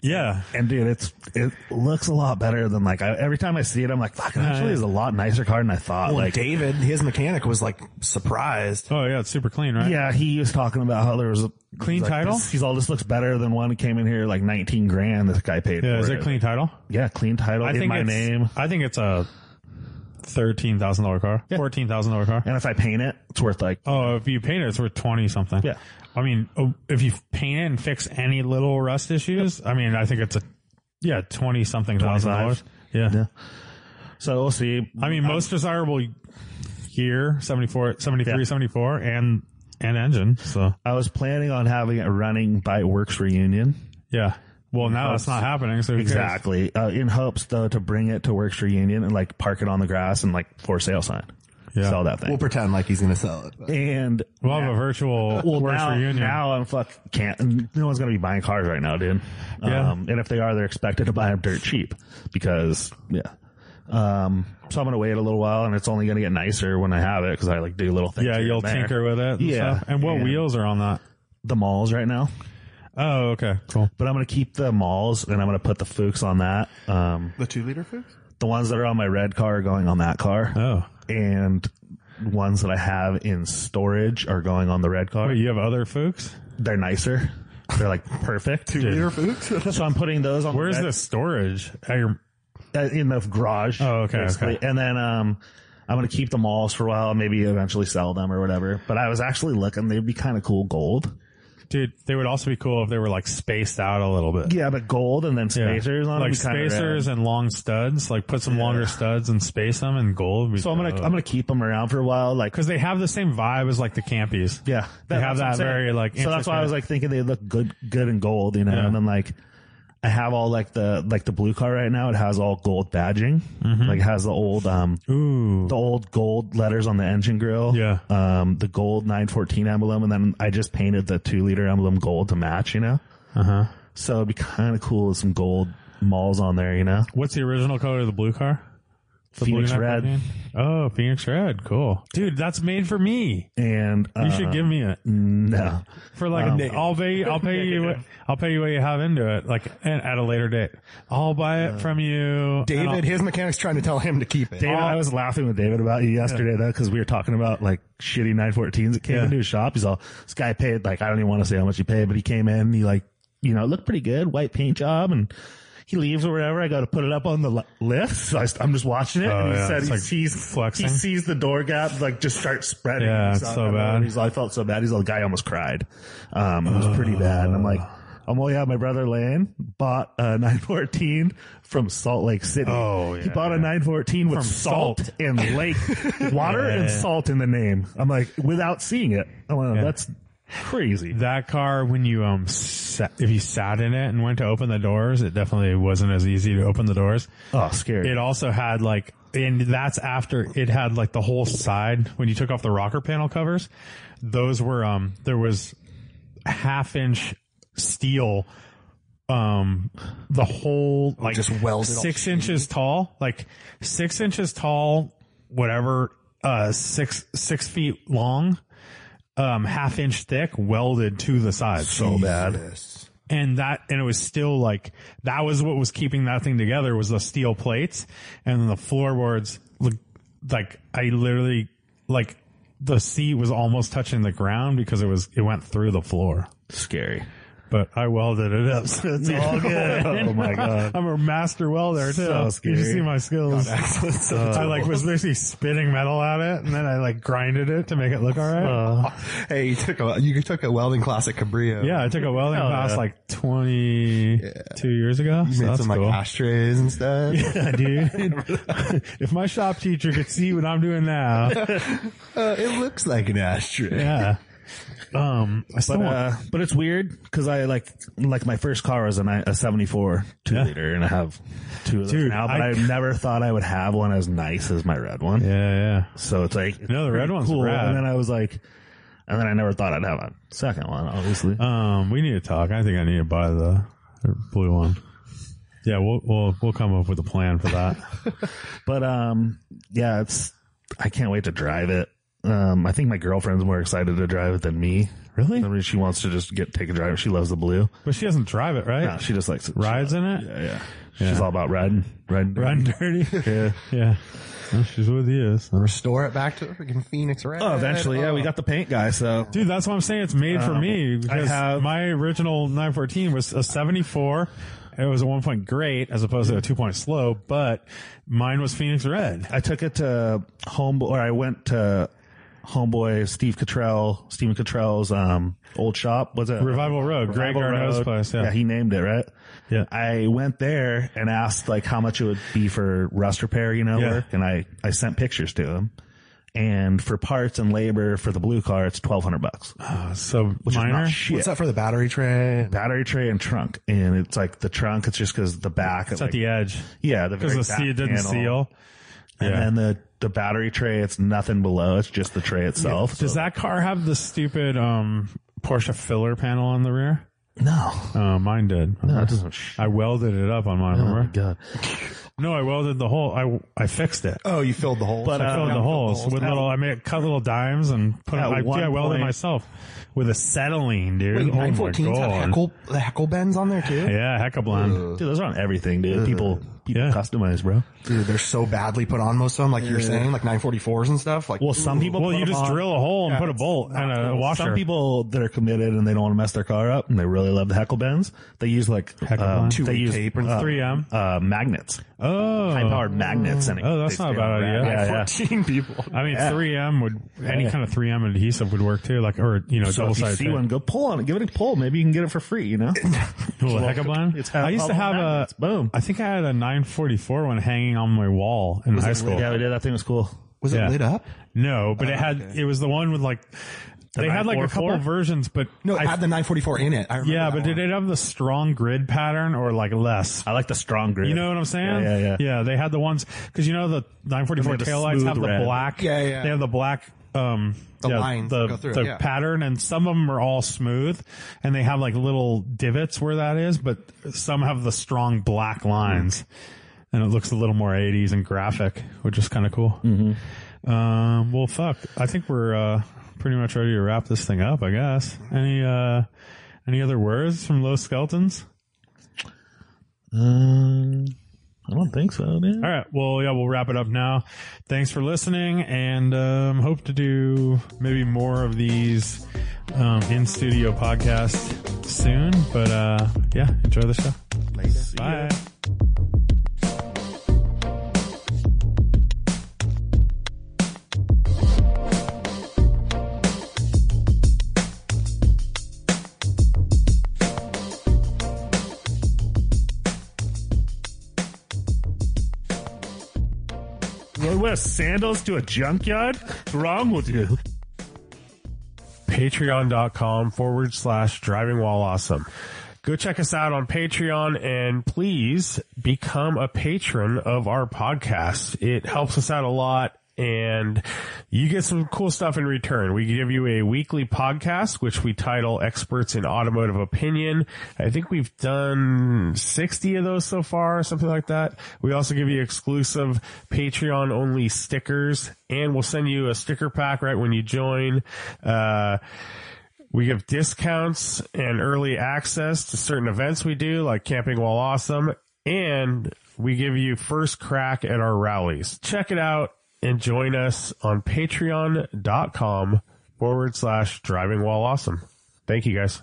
C: Yeah.
D: And dude, it's it looks a lot better than like I, every time I see it, I'm like, fuck, it actually is a lot nicer car than I thought.
B: Well,
D: like,
B: David, his mechanic was like surprised.
C: Oh yeah, it's super clean, right?
D: yeah, he was talking about how there was a
C: Clean
D: he's like,
C: title?
D: this- he's all this looks better than one that came in here like 19 grand. This guy paid.
C: Yeah.
D: for
C: Is it clean title?
D: Yeah, clean title in my
C: it's-
D: name.
C: I think it's a thirteen thousand dollar car, fourteen thousand dollar car.
D: And if I paint it, it's worth like
C: Oh, if you paint it, it's worth twenty something.
D: Yeah.
C: I mean, oh, if you paint it and fix any little rust issues, I mean, I think it's a yeah twenty something thousand dollars.
D: 25.
C: Yeah.
D: Yeah. So we'll see.
C: I mean, most desirable year 74, 73,
D: Yeah.
C: 74, and and engine. So
D: I was planning on having a running by works reunion.
C: yeah. Well, now that's not happening. So who cares?
D: Exactly. Uh, in hopes though to bring it to works reunion and like park it on the grass and like for sale sign.
C: Yeah.
D: Sell that thing.
B: We'll pretend like he's gonna sell it. but-
D: and
C: We'll have a virtual
D: well,
C: works
D: now,
C: reunion.
D: now I'm fuck can't. No one's gonna be buying cars right now, dude.
C: Yeah.
D: Um, and if they are, they're expected to buy them dirt cheap because yeah. Um, so I'm gonna wait a little while, and it's only gonna get nicer when I have it because I like do little things.
C: yeah,
D: here
C: you'll
D: and there.
C: tinker with it. And
D: Yeah.
C: Stuff. And what
D: And-
C: wheels are on that?
D: the malls right now,
C: Oh, okay, cool.
D: but I'm gonna keep the malls, and I'm gonna put the Fuchs on that. Um,
B: The two liter fix?
D: the ones that are on my red car are going on that car,
C: Oh,
D: and ones that I have in storage are going on the red car.
C: Wait, you have other Fuchs?
D: They're nicer. They're like perfect.
B: Two liter fix?
D: So I'm putting those on.
C: Where's
D: the red-
C: the storage? At your-
D: uh, in the garage.
C: Oh, okay, okay.
D: And then um, I'm gonna keep the malls for a while, maybe eventually sell them or whatever. But I was actually looking; they'd be kind of cool gold.
C: dude, they would also be cool if they were like spaced out a little bit.
D: Yeah, but gold and then
C: Yeah.
D: spacers on
C: like
D: it.
C: spacers and long studs. Like put some longer studs and space them, and gold. Would be
D: So I'm gonna
C: dope.
D: I'm gonna keep them around for a while, like.
C: because they have the same vibe as like the campies.
D: yeah,
C: They have
D: that's what I'm
C: that
D: saying.
C: very, like,
D: So that's why I was like thinking they look good, good in gold, you know.
C: Yeah.
D: And then like, I have all like the like the blue car right now. It has all gold badging.
C: Mm-hmm.
D: Like it has the old um
C: Ooh,
D: the old gold letters on the engine grill.
C: Yeah.
D: Um, the gold 914 emblem. And then I just painted the two liter emblem gold to match, you know?
C: uh huh.
D: So it'd be kind of cool with some gold malls on there, you know?
C: What's the original color of the blue car? The blue
D: Phoenix red.
C: 914? Oh, Phoenix red. Cool, Uh-huh. dude. That's made for me.
D: And, uh,
C: You should give me it
D: no.
C: for like. a, I'll pay. I'll pay you. What, I'll pay you what you have into it. Like and at a later date. I'll buy it from you. and I'll-
B: David, his mechanic's trying to tell him to keep it.
D: David, I was laughing with David about you yesterday though, cause we were talking about like shitty 914s that came
C: Yeah.
D: into his shop. He's all, this guy paid, like, I don't even want to say how much he paid, but he came in and he like, you know, it looked pretty good, white paint job and, he leaves or whatever. I got to put it up on the li- lift. So I, am just watching it. and he
C: Oh, yeah.
D: said
C: It's
D: he
C: like
D: sees
C: flexing.
D: he sees the door gap like just start spreading.
C: Yeah,
D: He's
C: it's
D: like,
C: so
D: "Oh, no."
C: bad.
D: He's like, I felt so bad. He's like, the guy almost cried. Um, it was pretty bad. And I'm like, I'm oh yeah, my brother Lane bought a 914 from Salt Lake City.
C: Oh, yeah.
D: he bought a 914 with
C: From
D: salt,
C: salt.
D: and lake water and
C: Yeah.
D: salt in the name. I'm like, without seeing it, I'm like, that's Crazy.
C: That car, when you um, sat, if you sat in it and went to open the doors, it definitely wasn't as easy to open the doors.
D: Oh, scary.
C: It also had like, and that's after it had like the whole side when you took off the rocker panel covers. Those were um, there was half inch steel, um, the whole like
B: just welded all
C: six inches tall, like six inches tall, whatever, uh, six six feet long. Um, half inch thick, welded to the side.
B: so bad.
C: and that and it was still like that was what was keeping that thing together was the steel plates and then the floorboards look like I literally like the seat was almost touching the ground because it was it went through the floor.
D: Scary.
C: But I welded it up, so it's all good.
D: Oh my God.
C: I'm a master welder too.
D: So scary.
C: You see my skills.
B: Uh,
C: I like was basically spitting metal at it, and then I like grinded it to make it look all
D: Oh.
C: right.
B: Hey, you took a you took a welding class at Cabrillo.
C: yeah, I took a welding class
D: yeah.
C: like 22 years ago.
B: you
C: so
B: made
C: that's
B: some like
C: cool.
B: ashtrays and stuff.
C: Yeah, dude. if my shop teacher could see what I'm doing now,
B: Uh, it looks like an ashtray.
C: yeah. Um, I still
D: But,
C: want-
D: uh, but it's weird because I like like my first car was a, ni- a '74 two liter, and I have two of those
C: Dude,
D: now. But
C: I-
D: I, never thought I would have one as nice as my red one.
C: yeah,
D: So it's like it's
C: No, the red
D: pretty
C: one's rad.
D: And then I was like, and then I never thought I'd have a second one. Obviously,
C: yeah. Um, we need to talk. I think I need to buy the blue one. Yeah, we'll we'll we'll come up with a plan for that.
D: but um, yeah, it's I can't wait to drive it. Um, I think my girlfriend's more excited to drive it than me.
C: really?
D: I mean, she wants to just get take a drive. She loves the blue.
C: But she doesn't drive it, right?
D: No, she just likes it.
C: Rides in it,
D: Yeah, yeah. She's all about riding, riding,
C: run dirty.
D: Yeah.
C: yeah. Well, she's with you, so.
B: Restore it back to the freaking Phoenix Red.
D: Oh, eventually, yeah, we got the paint guy. So
C: Dude, that's what I'm saying. It's made for
D: Um,
C: me because
D: have-
C: my original 914 was a 74. It was at one point great as opposed to a two point slow, but mine was Phoenix Red.
D: I took it to homeboy, or I went to homeboy Steve Cottrell, Stephen Cottrell's um, old shop. Was it
C: Revival Road, Greg
D: Revival
C: Garneau's
D: Road.
C: place, yeah.
D: he named it right.
C: Yeah.
D: I went there and asked like how much it would be for rust repair, you know,
C: Yeah.
D: work, and I I sent pictures to him. And for parts and labor for the blue car, it's twelve hundred bucks,
C: Uh, So
D: which is
C: minor.
D: not shit.
B: What's that for the battery tray?
D: Battery tray and trunk, and it's like the trunk. It's just because the back.
C: It's at the edge
D: yeah, the
C: because
D: very
C: the
D: back
C: seat didn't
D: panel.
C: seal.
D: And
C: Yeah.
D: then the, the battery tray, it's nothing below. It's just the tray itself.
C: Does that car have the stupid um, Porsche filler panel on the rear?
D: No.
C: Uh, mine did.
D: No, it doesn't. Sh-
C: I welded it up on mine.
D: oh my
C: remember?
D: god.
C: No, I welded the hole. I I fixed it.
B: Oh, you filled the hole.
D: But,
C: I
D: uh,
C: filled the holes with little. I made cut little dimes and put.
D: At
C: Them, I,
D: one
C: yeah, I welded
D: point-
C: myself with acetylene, dude.
B: Wait,
C: oh my
B: 914s have
C: God.
B: heckle, the heckle bends on there too?
C: Yeah, heckablan.
D: Dude, those are on everything, dude. People, people
C: Yeah.
D: customize, bro.
B: Dude, they're so badly put on most of them, like you were saying, like 944s and stuff. Like,
D: Well, some people,
C: Well,
D: put
C: you
D: them
C: just
D: on-
C: drill a hole and
B: Yeah,
C: put a
B: it's
C: bolt
B: not
C: and a
B: cool.
C: washer.
D: Some people that are committed and they don't want to mess their car up and they really love the heckle bends, they use like, um,
C: Two
D: they use
B: tape and
D: uh,
C: 3M.
D: uh, magnets,
C: Oh,
D: high powered magnets. And it-
C: Oh, that's
D: they
C: not a
D: stay on
C: bad
D: the
C: idea.
D: ground. Yeah, yeah.
B: 14 people.
C: I mean, 3M would any kind of 3M adhesive would work too, like or you know,
D: So
C: double
D: if you
C: sided.
D: see one, go pull on it. Give it a pull. Maybe you can get it for free, you know?
C: Little heckablan.
D: It's half
C: I used to
D: hollow
C: have
D: magnets.
C: a.
D: Boom.
C: I think I had a 944 one hanging on my wall in high school.
D: Yeah, we did. That thing was cool.
B: Was
C: Yeah.
B: it lit up?
C: No, but it had it was the one with like they had like a couple
D: 944?
C: versions, but
B: No, it
C: I
B: had the 944 in it. I remember
C: Yeah,
B: that
C: but did
B: one.
C: it have the strong grid pattern or like less?
D: I like the strong grip.
C: You know what I'm saying?
D: Yeah, yeah, yeah.
C: they had the ones because you know the 944
D: And they had the
C: taillights have the
D: smooth red.
C: black.
B: Yeah, yeah.
C: They have the black. Um,
B: The
C: yeah,
B: lines
C: the,
B: that go through it,
C: the
B: yeah.
C: pattern, and some of them are all smooth, and they have like little divots where that is, but some have the strong black lines, and it looks a little more 80s and graphic, which is kind of cool.
D: Mm-hmm.
C: Um, well, fuck, I think we're uh, pretty much ready to wrap this thing up. I guess any uh, any other words from Low Skeletons?
D: Um, I don't think so, dude.
C: All right. Well, yeah, we'll wrap it up now. Thanks for listening, and um, hope to do maybe more of these um, in studio podcasts soon. But uh, yeah, enjoy the show. Bye.
D: You wear sandals to a junkyard? What's wrong with you?
C: patreon.com forward slash driving while awesome. Go check us out on Patreon and please become a patron of our podcast. It helps us out a lot and you get some cool stuff in return. We give you a weekly podcast, which we title Experts in Automotive Opinion. I think we've done 60 of those so far, something like that. We also give you exclusive Patreon only stickers and we'll send you a sticker pack right when you join. Uh, we give discounts and early access to certain events we do, like Camping While Awesome, and we give you first crack at our rallies. Check it out and join us on patreon.com forward slash driving while awesome. Thank you guys.